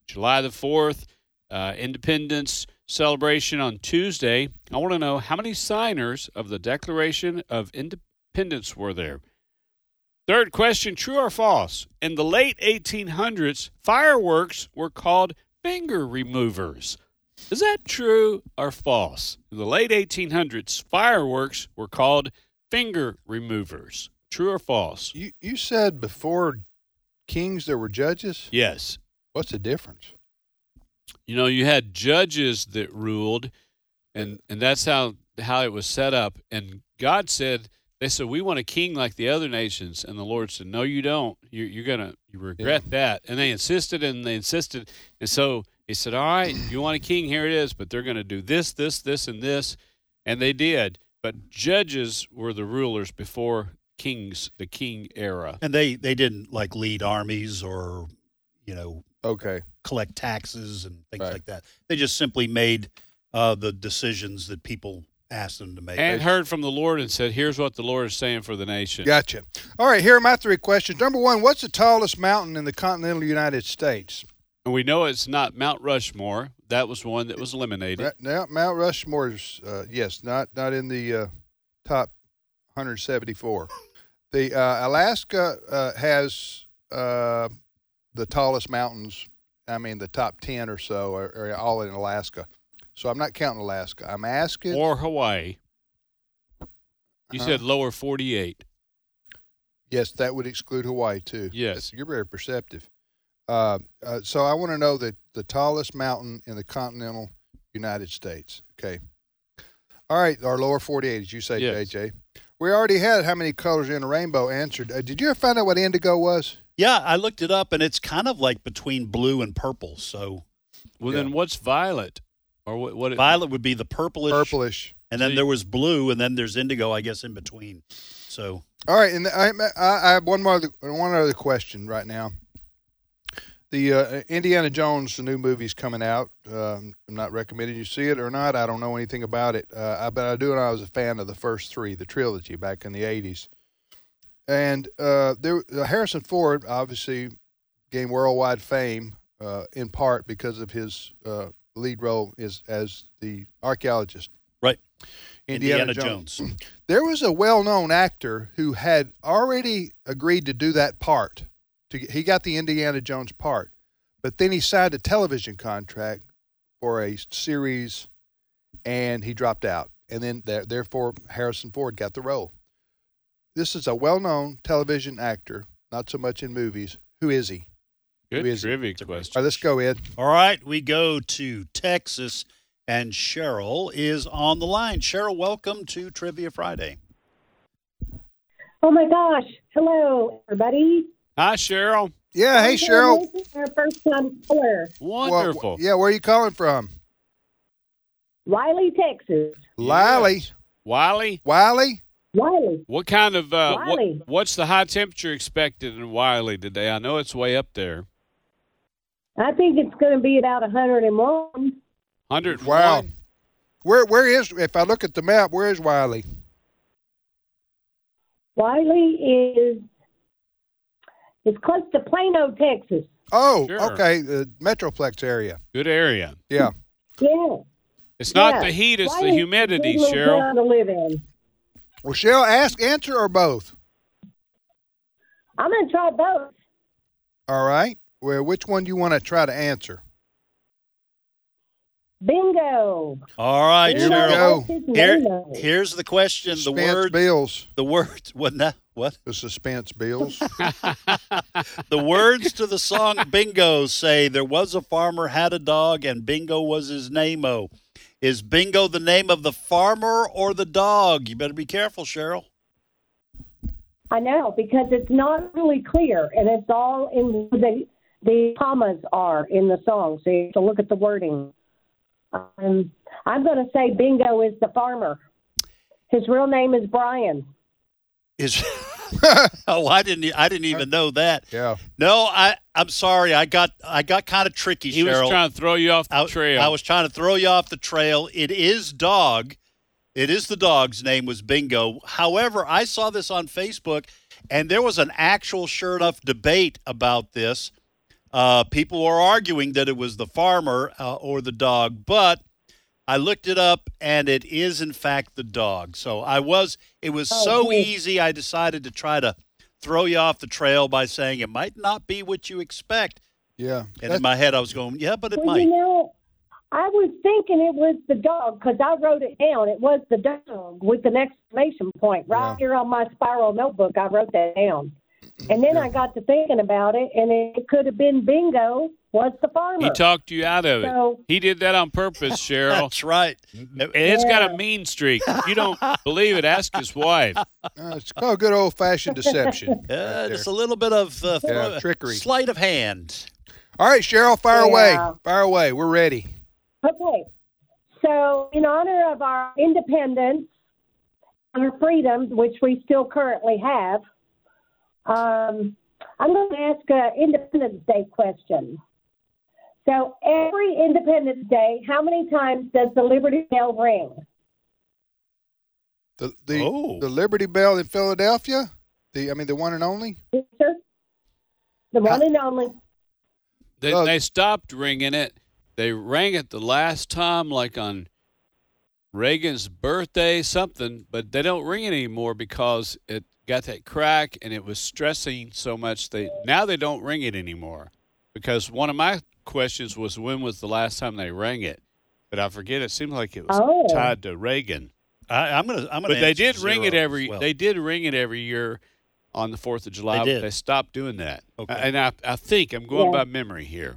Speaker 2: July the 4th, uh, Independence celebration on Tuesday. I want to know how many signers of the Declaration of Independence were there? Third question true or false? In the late 1800s, fireworks were called finger removers. Is that true or false? In the late 1800s, fireworks were called finger removers. True or false?
Speaker 5: You you said before kings there were judges.
Speaker 2: Yes.
Speaker 5: What's the difference?
Speaker 2: You know, you had judges that ruled, and and that's how how it was set up. And God said, they said, we want a king like the other nations, and the Lord said, no, you don't. You, you're gonna you regret that. And they insisted, and they insisted, and so he said, all right, you want a king? Here it is, but they're gonna do this, this, this, and this, and they did. But judges were the rulers before kings, the king era.
Speaker 6: And they they didn't like lead armies or you know
Speaker 5: okay
Speaker 6: collect taxes and things like that. They just simply made uh, the decisions that people asked them to make.
Speaker 2: And heard from the Lord and said, here's what the Lord is saying for the nation.
Speaker 5: Gotcha. All right, here are my three questions. Number one, what's the tallest mountain in the continental United States?
Speaker 2: And we know it's not Mount Rushmore. That was one that was eliminated.
Speaker 5: Right now, Mount Rushmore is uh, yes, not not in the uh, top 174. The uh, Alaska uh, has uh, the tallest mountains. I mean, the top 10 or so are, are all in Alaska. So I'm not counting Alaska. I'm asking.
Speaker 2: Or Hawaii. You
Speaker 5: Uh-huh.
Speaker 2: said lower 48.
Speaker 5: Yes, that would exclude Hawaii too.
Speaker 2: Yes.
Speaker 5: you're very perceptive. Uh, uh, so I want to know the the tallest mountain in the continental United States. Okay. All right, our lower 48, as you say, JJ. We already had how many colors in a rainbow answered. Uh, did you ever find out what indigo was?
Speaker 6: Yeah, I looked it up, and it's kind of like between blue and purple. So,
Speaker 2: well, then what's violet? Or what? what
Speaker 6: violet would be the purplish.
Speaker 5: Purplish.
Speaker 6: And then there was blue, and then there's indigo, I guess, in between. So
Speaker 5: All right, and I, I I have one more other, one other question right now. The uh, Indiana Jones, the new movie's coming out. Um, I'm not recommending you see it or not. I don't know anything about it, uh, I, but I do know I was a fan of the first three, the trilogy back in the '80s. And uh, there, uh, Harrison Ford obviously gained worldwide fame uh, in part because of his uh, lead role is as the archaeologist.
Speaker 6: Right.
Speaker 5: Indiana,
Speaker 6: Indiana
Speaker 5: Jones. There was a well-known actor who had already agreed to do that part. To get, he got the Indiana Jones part, but then he signed a television contract for a series, and he dropped out. And then there, therefore Harrison Ford got the role. This is a well-known television actor, not so much in movies. Who is he?
Speaker 2: Good
Speaker 5: Who is it?
Speaker 2: trivia question.
Speaker 5: All right, let's go, Ed.
Speaker 6: All right, we go to Texas, and Cheryl is on the line. Cheryl, welcome to Trivia Friday.
Speaker 12: Oh my gosh. Hello, everybody.
Speaker 2: Hi, Cheryl.
Speaker 5: Yeah, hey,
Speaker 12: This is
Speaker 5: Cheryl.
Speaker 12: Our first time caller,
Speaker 5: Well, yeah, where are you calling from?
Speaker 12: Riley, Texas.
Speaker 5: Lily.
Speaker 2: Wiley?
Speaker 5: Wiley?
Speaker 12: Wiley.
Speaker 2: What kind of, uh, what-
Speaker 12: Wiley.
Speaker 2: what's the high temperature expected in Wiley today? I know it's way up there.
Speaker 12: I think it's going to be about 101.
Speaker 2: 100.
Speaker 5: Wow. Where where is if I look at the map, where is Wiley?
Speaker 12: Wiley is it's close to Plano, Texas.
Speaker 5: Oh,
Speaker 2: Sure.
Speaker 5: okay, the Metroplex area.
Speaker 2: Good area.
Speaker 5: Yeah.
Speaker 12: Yeah.
Speaker 2: It's not
Speaker 12: Yeah.
Speaker 2: the heat, it's the
Speaker 12: Wiley's a
Speaker 2: humidity,
Speaker 12: good little
Speaker 2: Cheryl.
Speaker 12: town to live in.
Speaker 5: Well, Cheryl, ask, answer, or both.
Speaker 12: I'm going to try both.
Speaker 5: All right. Well, which one do you want to try to answer?
Speaker 12: Bingo.
Speaker 6: All right,
Speaker 5: Here we
Speaker 6: Cheryl.
Speaker 5: go.
Speaker 6: Here, here's the question. The
Speaker 5: Suspense
Speaker 6: word
Speaker 5: bills.
Speaker 6: the word what na- what?
Speaker 5: The suspense bills.
Speaker 6: the words to the song Bingo say there was a farmer had a dog and Bingo was his name-o. Is Bingo the name of the farmer or the dog? You better be careful, Cheryl.
Speaker 12: I know because it's not really clear, and it's all in the the commas are in the song, so you have to look at the wording. Um, I'm going to say Bingo is the farmer. His real name is Brian.
Speaker 6: Is oh, I didn't. I didn't even know that.
Speaker 5: Yeah.
Speaker 6: No, I. I'm sorry. I got. I got kind of tricky.
Speaker 2: He was
Speaker 6: Cheryl.
Speaker 2: trying to throw you off the
Speaker 6: I,
Speaker 2: trail.
Speaker 6: I was trying to throw you off the trail. It is dog. It is the dog's name was Bingo. However, I saw this on Facebook, and there was an actual, sure enough, debate about this. Uh, people were arguing that it was the farmer uh, or the dog, but I looked it up, and it is in fact the dog. So I was. It was
Speaker 11: Oh,
Speaker 6: so
Speaker 11: cool.
Speaker 6: easy. I decided to try to throw you off the trail by saying it might not be what you expect.
Speaker 5: Yeah.
Speaker 6: And in my head, I was going, yeah, but it
Speaker 9: well,
Speaker 6: might.
Speaker 9: you know, I was thinking it was the dog because I wrote it down. It was the dog with an exclamation point right here on my spiral notebook. I wrote that down. And then I got to thinking about it, and it could have been bingo was the farmer.
Speaker 2: He talked you out of it.
Speaker 9: So-
Speaker 2: he did that on purpose, Cheryl. That's
Speaker 6: right.
Speaker 2: And it's got a mean streak. If you don't believe it, ask his wife.
Speaker 5: uh, It's called good old fashioned deception.
Speaker 6: Uh, just a little bit of uh,
Speaker 5: Yeah,
Speaker 6: throw-
Speaker 5: trickery.
Speaker 6: sleight of hand.
Speaker 5: All right, Cheryl, fire
Speaker 9: Yeah.
Speaker 5: away. Fire away. We're ready.
Speaker 9: Okay. So, in honor of our independence, our freedoms, which we still currently have, um, I'm going to ask an Independence Day question. So, every Independence Day, how many times does the Liberty Bell ring?
Speaker 5: The the, the Liberty Bell in Philadelphia. The I mean the one and only.
Speaker 9: Yes, sir. The one and only.
Speaker 2: They, they stopped ringing it. They rang it the last time, like on Reagan's birthday, something, but they don't ring it anymore because it got that crack and it was stressing so much. They now they don't ring it anymore because one of my questions was when was the last time they rang it, but I forget. It seemed like it was
Speaker 6: Oh.
Speaker 2: tied to Reagan.
Speaker 6: I, I'm gonna. I'm gonna.
Speaker 2: but they
Speaker 6: answer
Speaker 2: did ring it
Speaker 6: zero
Speaker 2: every.
Speaker 6: as well.
Speaker 2: They did ring it every year on the Fourth of July.
Speaker 6: They
Speaker 2: but
Speaker 6: did.
Speaker 2: They stopped doing that. Okay. And I, I think I'm going by
Speaker 6: Yeah.
Speaker 2: memory here.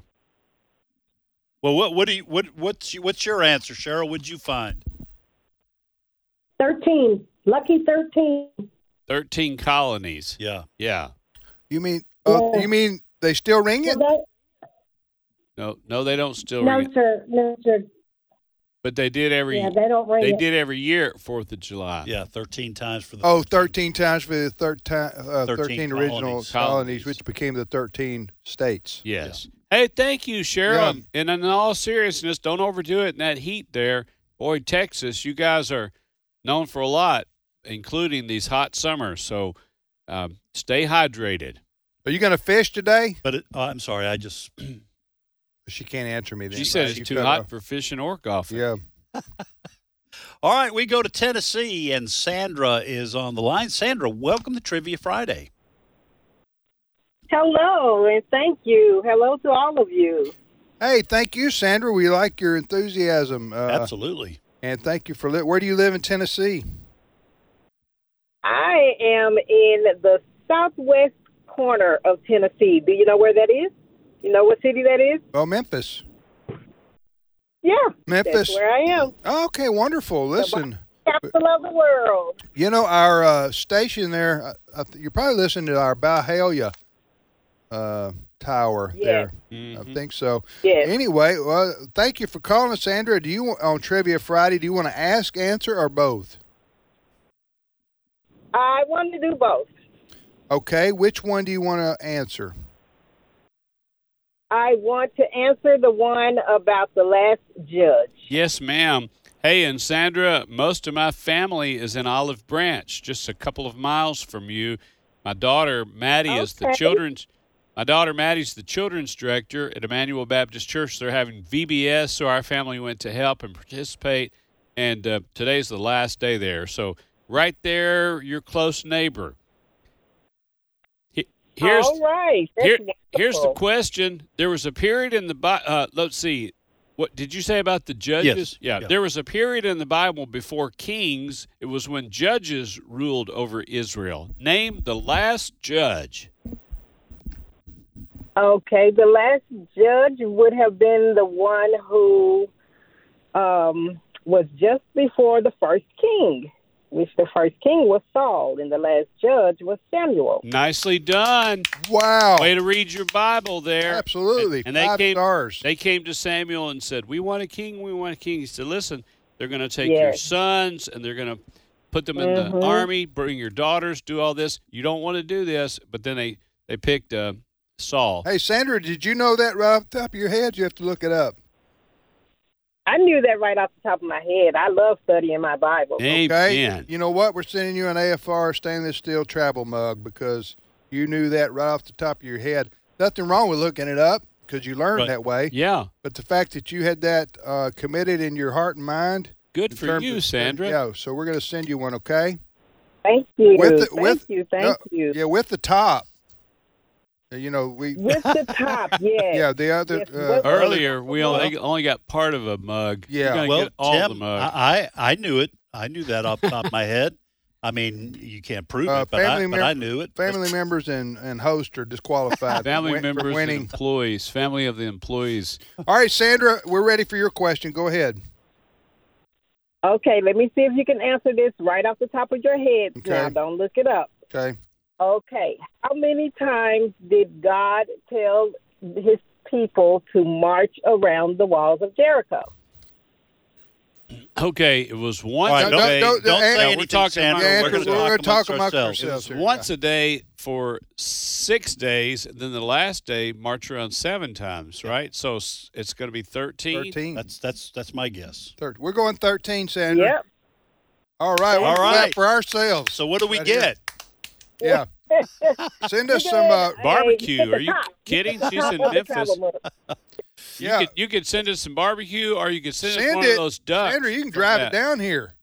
Speaker 6: Well, what what do you what what's you, what's your answer, Cheryl? What'd you find?
Speaker 9: 13. Lucky 13.
Speaker 2: Thirteen colonies.
Speaker 6: Yeah.
Speaker 2: Yeah.
Speaker 5: You mean oh, you mean they still ring it?
Speaker 2: No, no, they don't still
Speaker 9: No,
Speaker 2: ring it.
Speaker 9: sir. No, sir.
Speaker 2: But they did every.
Speaker 9: Yeah, they don't ring
Speaker 2: They
Speaker 9: it.
Speaker 2: did every year at Fourth of July.
Speaker 6: Yeah, thirteen times for
Speaker 5: Oh, 13 times for the thir- ti- uh, 13,
Speaker 2: 13
Speaker 5: original
Speaker 2: colonies.
Speaker 5: colonies. which became the 13 states.
Speaker 2: Yes. Hey, thank you, Cheryl. And in all seriousness, don't overdo it in that heat there. Boy, Texas, you guys are known for a lot, including these hot summers. So um, stay hydrated.
Speaker 5: Are you going to fish today?
Speaker 6: But it, oh, I'm sorry, I just
Speaker 5: She can't answer me. Then.
Speaker 2: She said
Speaker 5: You
Speaker 2: it's too
Speaker 5: cut
Speaker 2: hot
Speaker 5: off.
Speaker 2: for fishing or golfing.
Speaker 5: Yeah.
Speaker 6: All right, we go to Tennessee, and Sandra is on the line. Sandra, welcome to Trivia Friday.
Speaker 13: Hello, and thank you. Hello to all of you.
Speaker 5: Hey, thank you, Sandra. We like your enthusiasm. Uh,
Speaker 6: Absolutely.
Speaker 5: And thank you for li- Where do you live in Tennessee?
Speaker 13: I am in the southwest corner of Tennessee. Do you know where that is? You know what city that is?
Speaker 5: Oh, Memphis.
Speaker 13: Yeah.
Speaker 5: Memphis.
Speaker 13: That's where I am.
Speaker 5: Oh, Okay, wonderful. Listen,
Speaker 13: Capital of the world.
Speaker 5: you know our uh, station there. Uh, I th- you're probably listening to our Byhalia uh, tower there. I think so.
Speaker 13: Yes.
Speaker 5: Anyway, well, thank you for calling, Sandra. Do you wa- on Trivia Friday? Do you want to ask, answer, or both?
Speaker 13: I want to do both.
Speaker 5: Okay, which one do you want to answer?
Speaker 13: I want to answer the one about the last judge.
Speaker 2: Yes, ma'am. Hey, and Sandra, most of my family is in Olive Branch, just a couple of miles from you. My daughter Maddie is the
Speaker 13: Okay.
Speaker 2: children's. My daughter Maddie's the children's director at Emmanuel Baptist Church. They're having VBS, so our family went to help and participate. And uh, today's the last day there, so right there, your close neighbor. He- Here's
Speaker 13: all right. That's
Speaker 2: here, here's the
Speaker 13: wonderful.
Speaker 2: question. There was a period in the Bi- uh, let's see. What did you say about the judges? Yeah, there was a period in the Bible before kings. It was when judges ruled over Israel. Name the last judge.
Speaker 13: Okay, the last judge would have been the one who um, was just before the first king, which the first king was Saul, and the last judge was Samuel.
Speaker 2: Nicely done.
Speaker 5: Wow.
Speaker 2: Way to read your Bible there.
Speaker 5: Oh. Absolutely.
Speaker 2: And, and they
Speaker 5: Five
Speaker 2: came
Speaker 5: stars.
Speaker 2: they came to Samuel and said, "We want a king. We want a king." He said, "Listen, they're going to take your
Speaker 13: Yes.
Speaker 2: sons and they're going to put them in
Speaker 11: Mhm.
Speaker 2: the army, bring your daughters, do all this. You don't want to do this, but then they they picked uh, Saul.
Speaker 5: Hey, Sandra, did you know that right off the top of your head? You have to look it up.
Speaker 13: I knew that right off the top of my head. I love studying my Bible.
Speaker 5: Okay. You know what? We're sending you an AFR stainless steel travel mug because you knew that right off the top of your head. Nothing wrong with looking it up because you learned
Speaker 2: Right.
Speaker 5: that way.
Speaker 2: Yeah.
Speaker 5: But the fact that you had that uh, committed in your heart and mind.
Speaker 2: Good
Speaker 5: in
Speaker 2: for
Speaker 5: terms
Speaker 2: you,
Speaker 5: of-
Speaker 2: Sandra.
Speaker 5: Yeah. So we're going to send you one. Okay.
Speaker 13: Thank you.
Speaker 5: With the,
Speaker 13: Thank
Speaker 5: with, uh,
Speaker 13: you. Thank you. Mm.
Speaker 5: Yeah, with the top. uh, You know we.
Speaker 13: With the top, yes.
Speaker 5: Yeah, the other
Speaker 13: Yes,
Speaker 5: uh,
Speaker 2: Earlier, we only, only got part of a mug. You're gonna
Speaker 6: well,
Speaker 2: get all
Speaker 6: Tim,
Speaker 2: the mug.
Speaker 6: I, I I knew it. I knew that off the top of my head. I mean, you can't prove
Speaker 5: Uh,
Speaker 6: it, but I,
Speaker 5: family
Speaker 6: but I
Speaker 5: mem-
Speaker 6: knew it.
Speaker 5: Family members and, and host are disqualified. for
Speaker 2: family
Speaker 5: win- for
Speaker 2: members, and
Speaker 5: winning.
Speaker 2: employees, family of the employees.
Speaker 5: All right, Sandra, we're ready for your question. Go ahead.
Speaker 13: Okay, let me see if you can answer this right off the top of your head. Now,
Speaker 5: Okay.
Speaker 13: don't look it up.
Speaker 5: Okay.
Speaker 13: Okay, how many times did God tell his people to march around the walls of Jericho?
Speaker 2: Okay, it was once
Speaker 6: All right,
Speaker 2: a
Speaker 6: don't-
Speaker 2: day.
Speaker 6: don't- don't say
Speaker 2: no,
Speaker 6: anything,
Speaker 2: we're talking
Speaker 6: Sandra.
Speaker 2: among-
Speaker 6: We're
Speaker 2: we're
Speaker 6: gonna
Speaker 2: talking
Speaker 6: talk
Speaker 2: amongst ourselves.
Speaker 6: amongst ourselves
Speaker 2: It
Speaker 6: here,
Speaker 2: was once a day for six days, and then the last day march around seven times, right? So s- it's going to be thirteen.
Speaker 5: Thirteen.
Speaker 6: That's that's that's my guess.
Speaker 5: Thir- We're going 13, Sandra.
Speaker 6: Yep.
Speaker 5: All right.
Speaker 6: All
Speaker 5: All
Speaker 6: right.
Speaker 5: right. For ourselves.
Speaker 6: So what do we
Speaker 5: Right here.
Speaker 6: get?
Speaker 5: Yeah. Send us some uh,
Speaker 2: Barbecue? Are you kidding? She's in Memphis.
Speaker 5: Yeah.
Speaker 2: You could, you could send us some barbecue, or you could send, us
Speaker 5: Send
Speaker 2: one
Speaker 5: it.
Speaker 2: of those ducks.
Speaker 5: Sandra, you can
Speaker 2: from
Speaker 5: drive
Speaker 2: that.
Speaker 5: it down here.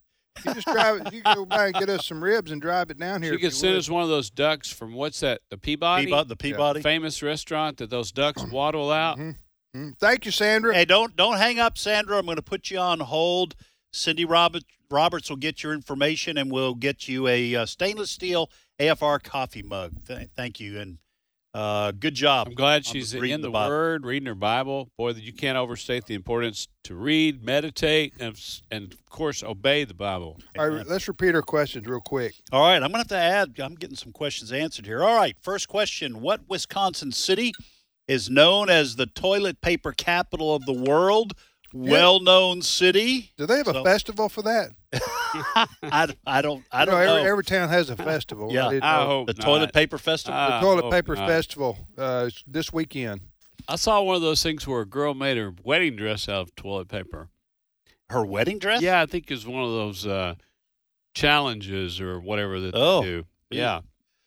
Speaker 5: You just drive it. You can go by and get us some ribs and drive it down here.
Speaker 2: You
Speaker 5: if
Speaker 2: could send
Speaker 5: would.
Speaker 2: us one of those ducks from what's that? The Peabody.
Speaker 6: Peabody- the Peabody.
Speaker 2: famous restaurant that those ducks
Speaker 5: Mm-hmm.
Speaker 2: waddle out.
Speaker 5: Thank you, Sandra.
Speaker 6: Hey, don't don't hang up, Sandra. I'm going to put you on hold. Cindy Roberts Roberts will get your information, and we'll get you a uh, stainless steel AFR coffee mug. Th- thank you, and uh, good job.
Speaker 2: I'm glad she's in the, Word, reading her Bible. Boy, that you can't overstate the importance to read, meditate, and and of course obey the Bible.
Speaker 5: All right, let's repeat our questions real quick.
Speaker 6: All right, I'm going to have to add, I'm getting some questions answered here. All right, first question What Wisconsin city is known as the toilet paper capital of the world? Well known city.
Speaker 5: Do they have a
Speaker 6: So-
Speaker 5: festival for that?
Speaker 6: I, I don't, I
Speaker 5: You
Speaker 6: don't
Speaker 5: every,
Speaker 6: know.
Speaker 5: every town has a festival.
Speaker 6: Yeah.
Speaker 5: didn't
Speaker 6: I
Speaker 5: know.
Speaker 6: hope The toilet not. paper festival?
Speaker 5: The
Speaker 6: I
Speaker 5: toilet
Speaker 2: hope
Speaker 5: paper
Speaker 2: not.
Speaker 5: festival uh, is this weekend.
Speaker 2: I saw one of those things where a girl made her wedding dress out of toilet paper.
Speaker 6: Her wedding dress?
Speaker 2: Yeah, I think it's one of those uh, challenges or whatever that
Speaker 6: Oh.
Speaker 2: they do. Yeah.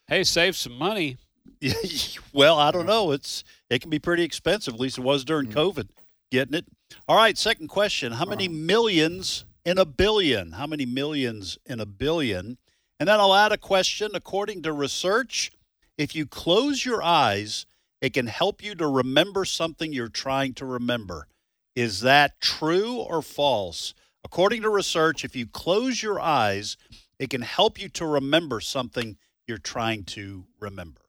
Speaker 2: Hey, save some money.
Speaker 6: well, I don't know. It's It can be pretty expensive, at least it was during COVID, getting it. All right, second question How many millions in a billion? How many millions in a billion? And then I'll add a question. According to research, if you close your eyes, it can help you to remember something you're trying to remember. Is that true or false? According to research, if you close your eyes, it can help you to remember something you're trying to remember.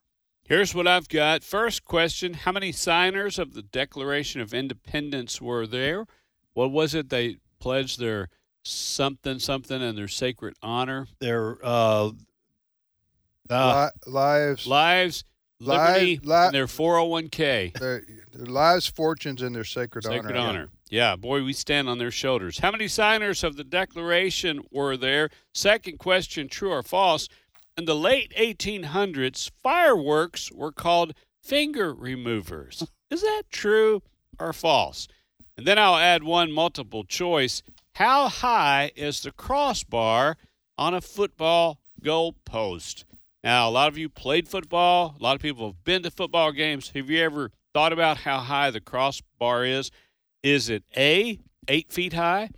Speaker 2: Here's what I've got. First question How many signers of the Declaration of Independence were there? What was it they pledged their something, something, and their sacred honor?
Speaker 6: Their uh,
Speaker 5: Li-
Speaker 2: lives,
Speaker 5: lives, Lives-
Speaker 2: liberty,
Speaker 5: li-
Speaker 2: and their 401k.
Speaker 5: their, their lives, fortunes, and their sacred,
Speaker 2: Sacred
Speaker 5: honor.
Speaker 2: honor. Yeah, boy, we stand on their shoulders. How many signers of the Declaration were there? Second question true or false? In the late 1800s, fireworks were called finger removers. Is that true or false? And then I'll add one multiple choice. How high is the crossbar on a football goal post? Now, a lot of you played football. A lot of people have been to football games. Have you ever thought about how high the crossbar is? Is it A, 8 feet high,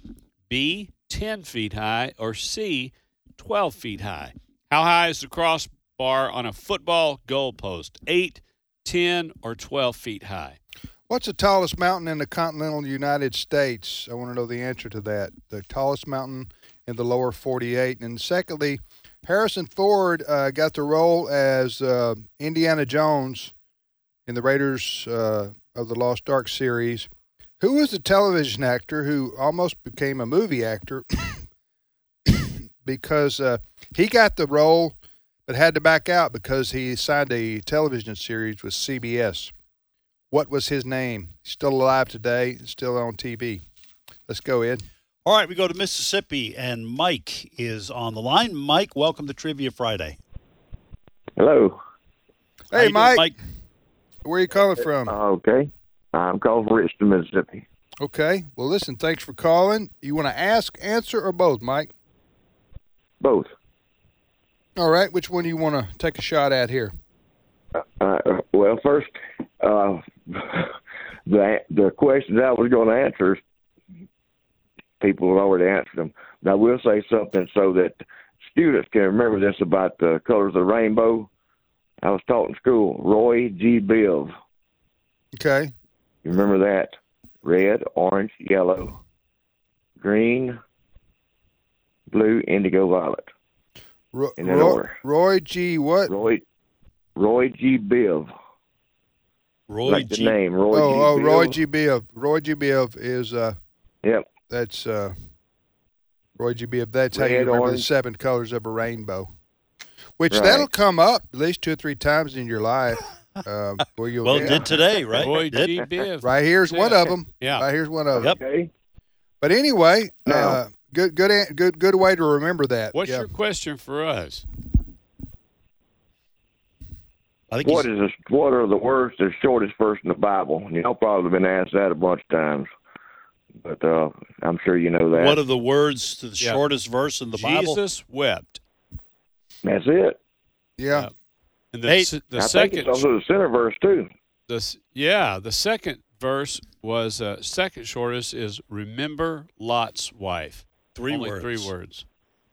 Speaker 2: B, 10 feet high, or C, 12 feet high? How high is the crossbar on a football goal post? 8, 10, or 12 feet high?
Speaker 5: What's the tallest mountain in the continental United States? I want to know the answer to that. The tallest mountain in the lower 48. And secondly, Harrison Ford uh, got the role as uh, Indiana Jones in the Raiders uh, of the Lost Ark series. Who was the television actor who almost became a movie actor because uh, he got the role but had to back out because he signed a television series with CBS? What was his name? Still alive today, still on TV. Let's go, Ed.
Speaker 6: All right, we go to Mississippi, and Mike is on the line. Mike, welcome to Trivia Friday.
Speaker 14: Hello.
Speaker 6: How you
Speaker 5: Hey,
Speaker 6: doing,
Speaker 5: Mike.
Speaker 6: Mike.
Speaker 5: Where are you calling from?
Speaker 14: Okay. I'm calling from Richmond, Mississippi.
Speaker 5: Okay. Well, listen, thanks for calling. You want to ask, answer, or both, Mike?
Speaker 14: Both.
Speaker 5: All right. Which one do you want to take a shot at here?
Speaker 14: Uh, well, first, uh, the the questions I was going to answer, people have already answered them. But I will say something so that students can remember this about the colors of the rainbow. I was taught in school, Roy G. Biv.
Speaker 5: Okay.
Speaker 14: You remember that? Red, orange, yellow, green, blue, indigo, violet.
Speaker 5: Ro-
Speaker 14: In that
Speaker 5: Ro-
Speaker 14: order.
Speaker 5: Roy G. What?
Speaker 14: Roy, Roy G. Biv.
Speaker 6: Roy
Speaker 14: like the name, Roy
Speaker 5: oh,
Speaker 14: G.
Speaker 5: Oh,
Speaker 14: Biv.
Speaker 5: Roy G. Biv. Roy G. Biv is uh,
Speaker 14: Yep.
Speaker 5: that's uh, Roy G. Biv. That's how you
Speaker 14: Red,
Speaker 5: remember the
Speaker 14: orange.
Speaker 5: seven colors of a rainbow, which
Speaker 14: Right.
Speaker 5: that'll come up at least two or three times in your life. Um, where you'll
Speaker 6: Well,
Speaker 5: yeah.
Speaker 6: it did today, right?
Speaker 5: Roy
Speaker 6: It did.
Speaker 5: G. Biv. Right here's one of them.
Speaker 6: Yeah.
Speaker 5: Right here's one of
Speaker 6: them.
Speaker 14: Okay.
Speaker 5: But anyway, uh, good, good, an- good, good way to remember that.
Speaker 2: What's
Speaker 5: Yeah.
Speaker 2: your question for us?
Speaker 14: what is the, what are the words the shortest verse in the Bible? Y'all probably been asked that a bunch of times, but uh, I'm sure you know that.
Speaker 6: What are the words to the shortest verse in the Bible?
Speaker 2: Jesus wept.
Speaker 14: That's it.
Speaker 5: Yeah.
Speaker 2: And the,
Speaker 6: Hey,
Speaker 2: s- the
Speaker 14: I
Speaker 2: second
Speaker 14: think it's also the center verse too.
Speaker 2: The s- yeah, the second verse was uh, second shortest is remember Lot's wife.
Speaker 6: Three
Speaker 2: Only
Speaker 6: words.
Speaker 2: Three words.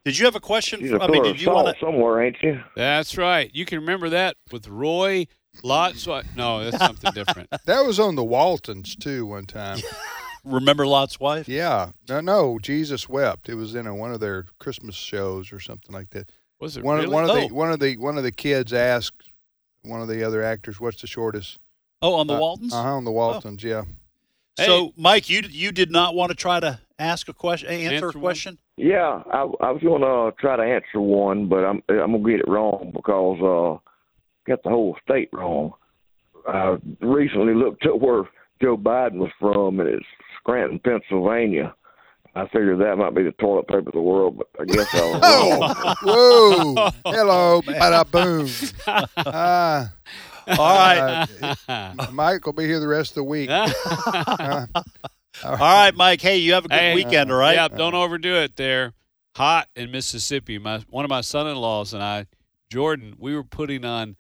Speaker 6: Did you have a question?
Speaker 14: She's
Speaker 6: for-
Speaker 14: a
Speaker 6: I mean,
Speaker 14: pillar
Speaker 6: did
Speaker 14: of
Speaker 6: you
Speaker 14: salt
Speaker 6: want to?
Speaker 14: somewhere, ain't you?
Speaker 2: That's right. You can remember that with Roy Lot's wife. No, that's something different.
Speaker 5: That was on the Waltons too one time.
Speaker 6: Remember Lot's wife?
Speaker 5: Yeah. No, no. Jesus wept. It was in a, one of their Christmas shows or something like that.
Speaker 2: Was it
Speaker 5: one? of-
Speaker 2: really?
Speaker 5: One of
Speaker 2: Oh.
Speaker 5: the one of the one of the kids asked one of the other actors, "What's the shortest?"
Speaker 6: Oh, on the Waltons.
Speaker 5: Uh huh. On the Waltons. Yeah.
Speaker 6: So, Mike, you you did not want to try to ask a question, answer,
Speaker 14: Answer
Speaker 6: a
Speaker 14: one.
Speaker 6: question.
Speaker 14: Yeah, I, I was going to try to answer one, but I'm I'm gonna get it wrong because uh, got the whole state wrong. I recently looked up where Joe Biden was from, and it's Scranton, Pennsylvania. I figured that might be the toilet paper of the world, but I guess I was
Speaker 6: Oh,
Speaker 14: wrong.
Speaker 5: Whoa! Hello, bada boom. Ah.
Speaker 2: Oh.
Speaker 6: All right.
Speaker 5: Uh, Mike will be here the rest of the week. Uh,
Speaker 6: all right, Mike. Hey, you have a good
Speaker 2: Hey,
Speaker 6: weekend. All right.
Speaker 2: Yeah, don't overdo it there. Hot in Mississippi. My one of my son-in-laws and I, Jordan, we were putting on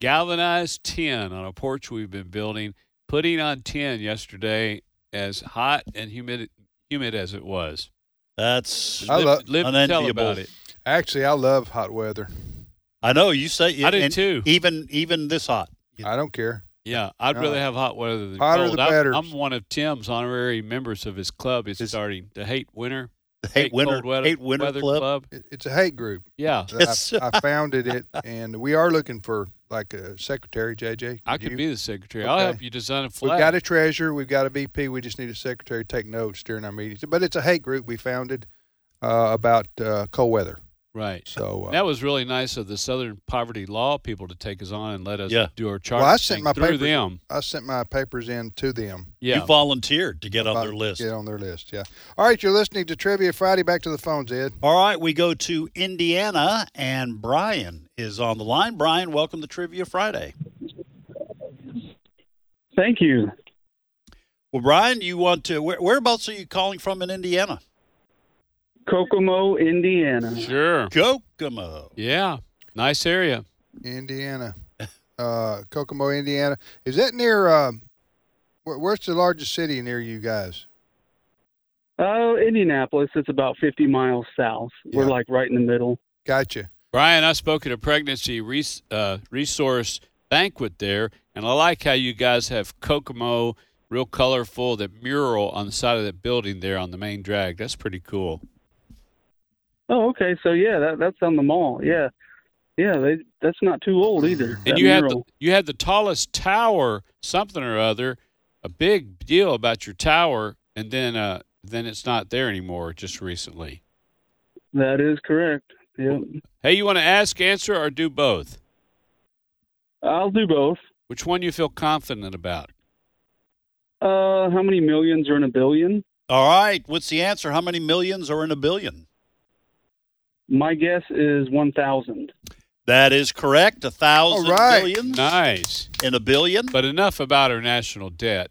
Speaker 2: galvanized tin on a porch we've been building, putting on tin yesterday as hot and humid humid as it was.
Speaker 6: That's
Speaker 5: I love-
Speaker 2: live to tell
Speaker 6: unenviable.
Speaker 2: about it.
Speaker 5: Actually, I love hot weather.
Speaker 6: I know you say.
Speaker 2: I do
Speaker 6: and
Speaker 2: too.
Speaker 6: Even even this hot.
Speaker 5: I don't care.
Speaker 2: Yeah, I'd
Speaker 6: No.
Speaker 2: rather have hot weather than
Speaker 6: Uh, Hotter
Speaker 2: cold.
Speaker 6: the
Speaker 2: I'm-
Speaker 6: better.
Speaker 2: I'm, one of Tim's honorary members of his club. It's starting to hate winter,
Speaker 6: Hate Winter-
Speaker 2: cold weather,
Speaker 6: Hate Winter
Speaker 2: weather
Speaker 6: Club.
Speaker 5: It- It's a hate group.
Speaker 2: Yeah,
Speaker 5: I- I, founded it, and we are looking for like a secretary, JJ.
Speaker 2: I could be the secretary. I'll help you design a flag.
Speaker 5: We've got a treasurer. We've got a VP. We just need a secretary to take notes during our meetings. But it's a hate group we founded uh, about uh, cold weather.
Speaker 2: Right.
Speaker 5: So uh,
Speaker 2: that was really nice of the Southern Poverty Law people to take us on and let us
Speaker 6: Yeah.
Speaker 2: do our charter
Speaker 5: well, I sent
Speaker 2: thing
Speaker 5: my
Speaker 2: through
Speaker 5: papers.
Speaker 2: them.
Speaker 5: I sent my papers in to them.
Speaker 2: Yeah.
Speaker 6: You volunteered to get on their
Speaker 5: Uh,
Speaker 6: list.
Speaker 5: Get on their list. Yeah. All right. You're listening to Trivia Friday. Back to the phones, Ed.
Speaker 6: All right, we go to Indiana, and Brian is on the line. Brian, welcome to Trivia Friday.
Speaker 15: Thank you.
Speaker 6: Well, Brian, you want to where, whereabouts are you calling from in Indiana?
Speaker 15: Kokomo, Indiana.
Speaker 2: Sure.
Speaker 6: Kokomo.
Speaker 2: Yeah. Nice area.
Speaker 5: Indiana, uh, Kokomo, Indiana. Is that near? Um, where, where's the largest city near you guys?
Speaker 15: Oh, Indianapolis. It's about 50 miles south. We're like right in the middle.
Speaker 5: Gotcha.
Speaker 2: Brian, I spoke at a pregnancy res- uh, resource banquet there, and I like how you guys have Kokomo, real colorful, that mural on the side of that building there on the main drag. That's pretty cool.
Speaker 15: Oh, okay. So yeah, that, that's on the mall. Yeah, yeah. They, that's not too old either.
Speaker 2: And
Speaker 15: that
Speaker 2: you had the,
Speaker 15: mural.
Speaker 2: you had the tallest tower, something or other, a big deal about your tower, and then uh, then it's not there anymore. Just recently.
Speaker 15: that is correct. Yep.
Speaker 2: Hey, you want to ask, answer, or do both?
Speaker 15: I'll do both.
Speaker 2: Which one you feel confident about?
Speaker 15: Uh, how many millions are in a billion?
Speaker 6: All right. What's the answer? How many millions are in a billion?
Speaker 15: My guess is 1,000.
Speaker 6: That is correct. A thousand
Speaker 15: All right.
Speaker 6: billion
Speaker 2: Nice.
Speaker 6: in a billion.
Speaker 2: But enough about our national debt.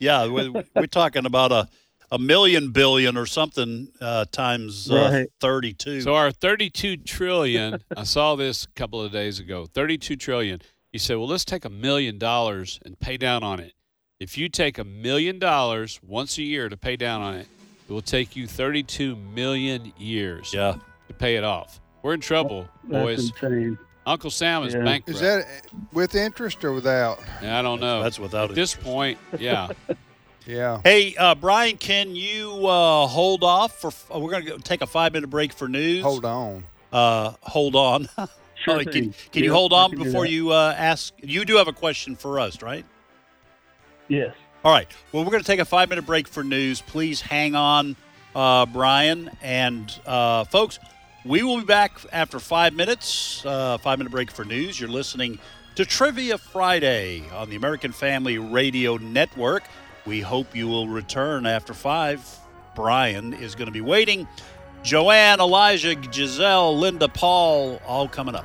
Speaker 6: Yeah, we, we're talking about a a million billion or something uh, times uh,
Speaker 2: Right.
Speaker 6: 32.
Speaker 2: So our 32 trillion, I saw this a couple of days ago. 32 trillion. You said, well, let's take a million dollars and pay down on it. If you take a million dollars once a year to pay down on it, it will take you 32 million years.
Speaker 6: Yeah.
Speaker 2: To pay it off. We're in trouble,
Speaker 5: That's
Speaker 2: boys.
Speaker 15: insane.
Speaker 2: Uncle Sam is bankrupt.
Speaker 5: Is that uh, with interest or without?
Speaker 2: I don't know.
Speaker 6: That's without
Speaker 2: At this point, yeah.
Speaker 5: Yeah.
Speaker 6: Hey, uh, Brian, can you uh, hold off for? f- We're going to take a five minute break for news. Hold
Speaker 5: on.
Speaker 6: Uh, hold on.
Speaker 15: Sure
Speaker 6: Oh,
Speaker 15: thing.
Speaker 6: can can
Speaker 15: Yeah,
Speaker 6: you hold
Speaker 15: I
Speaker 6: on
Speaker 15: can do
Speaker 6: before
Speaker 15: that.
Speaker 6: you uh, ask? You do have a question for us, right?
Speaker 15: Yes.
Speaker 6: All right. Well, we're going to take a five minute break for news. Please hang on, uh, Brian. And uh, folks, we will be back after five minutes. Uh, five minute break for news. You're listening to Trivia Friday on the American Family Radio Network. We hope you will return after five. Brian is going to be waiting. Joanne, Elijah, Giselle, Linda, Paul, all coming up.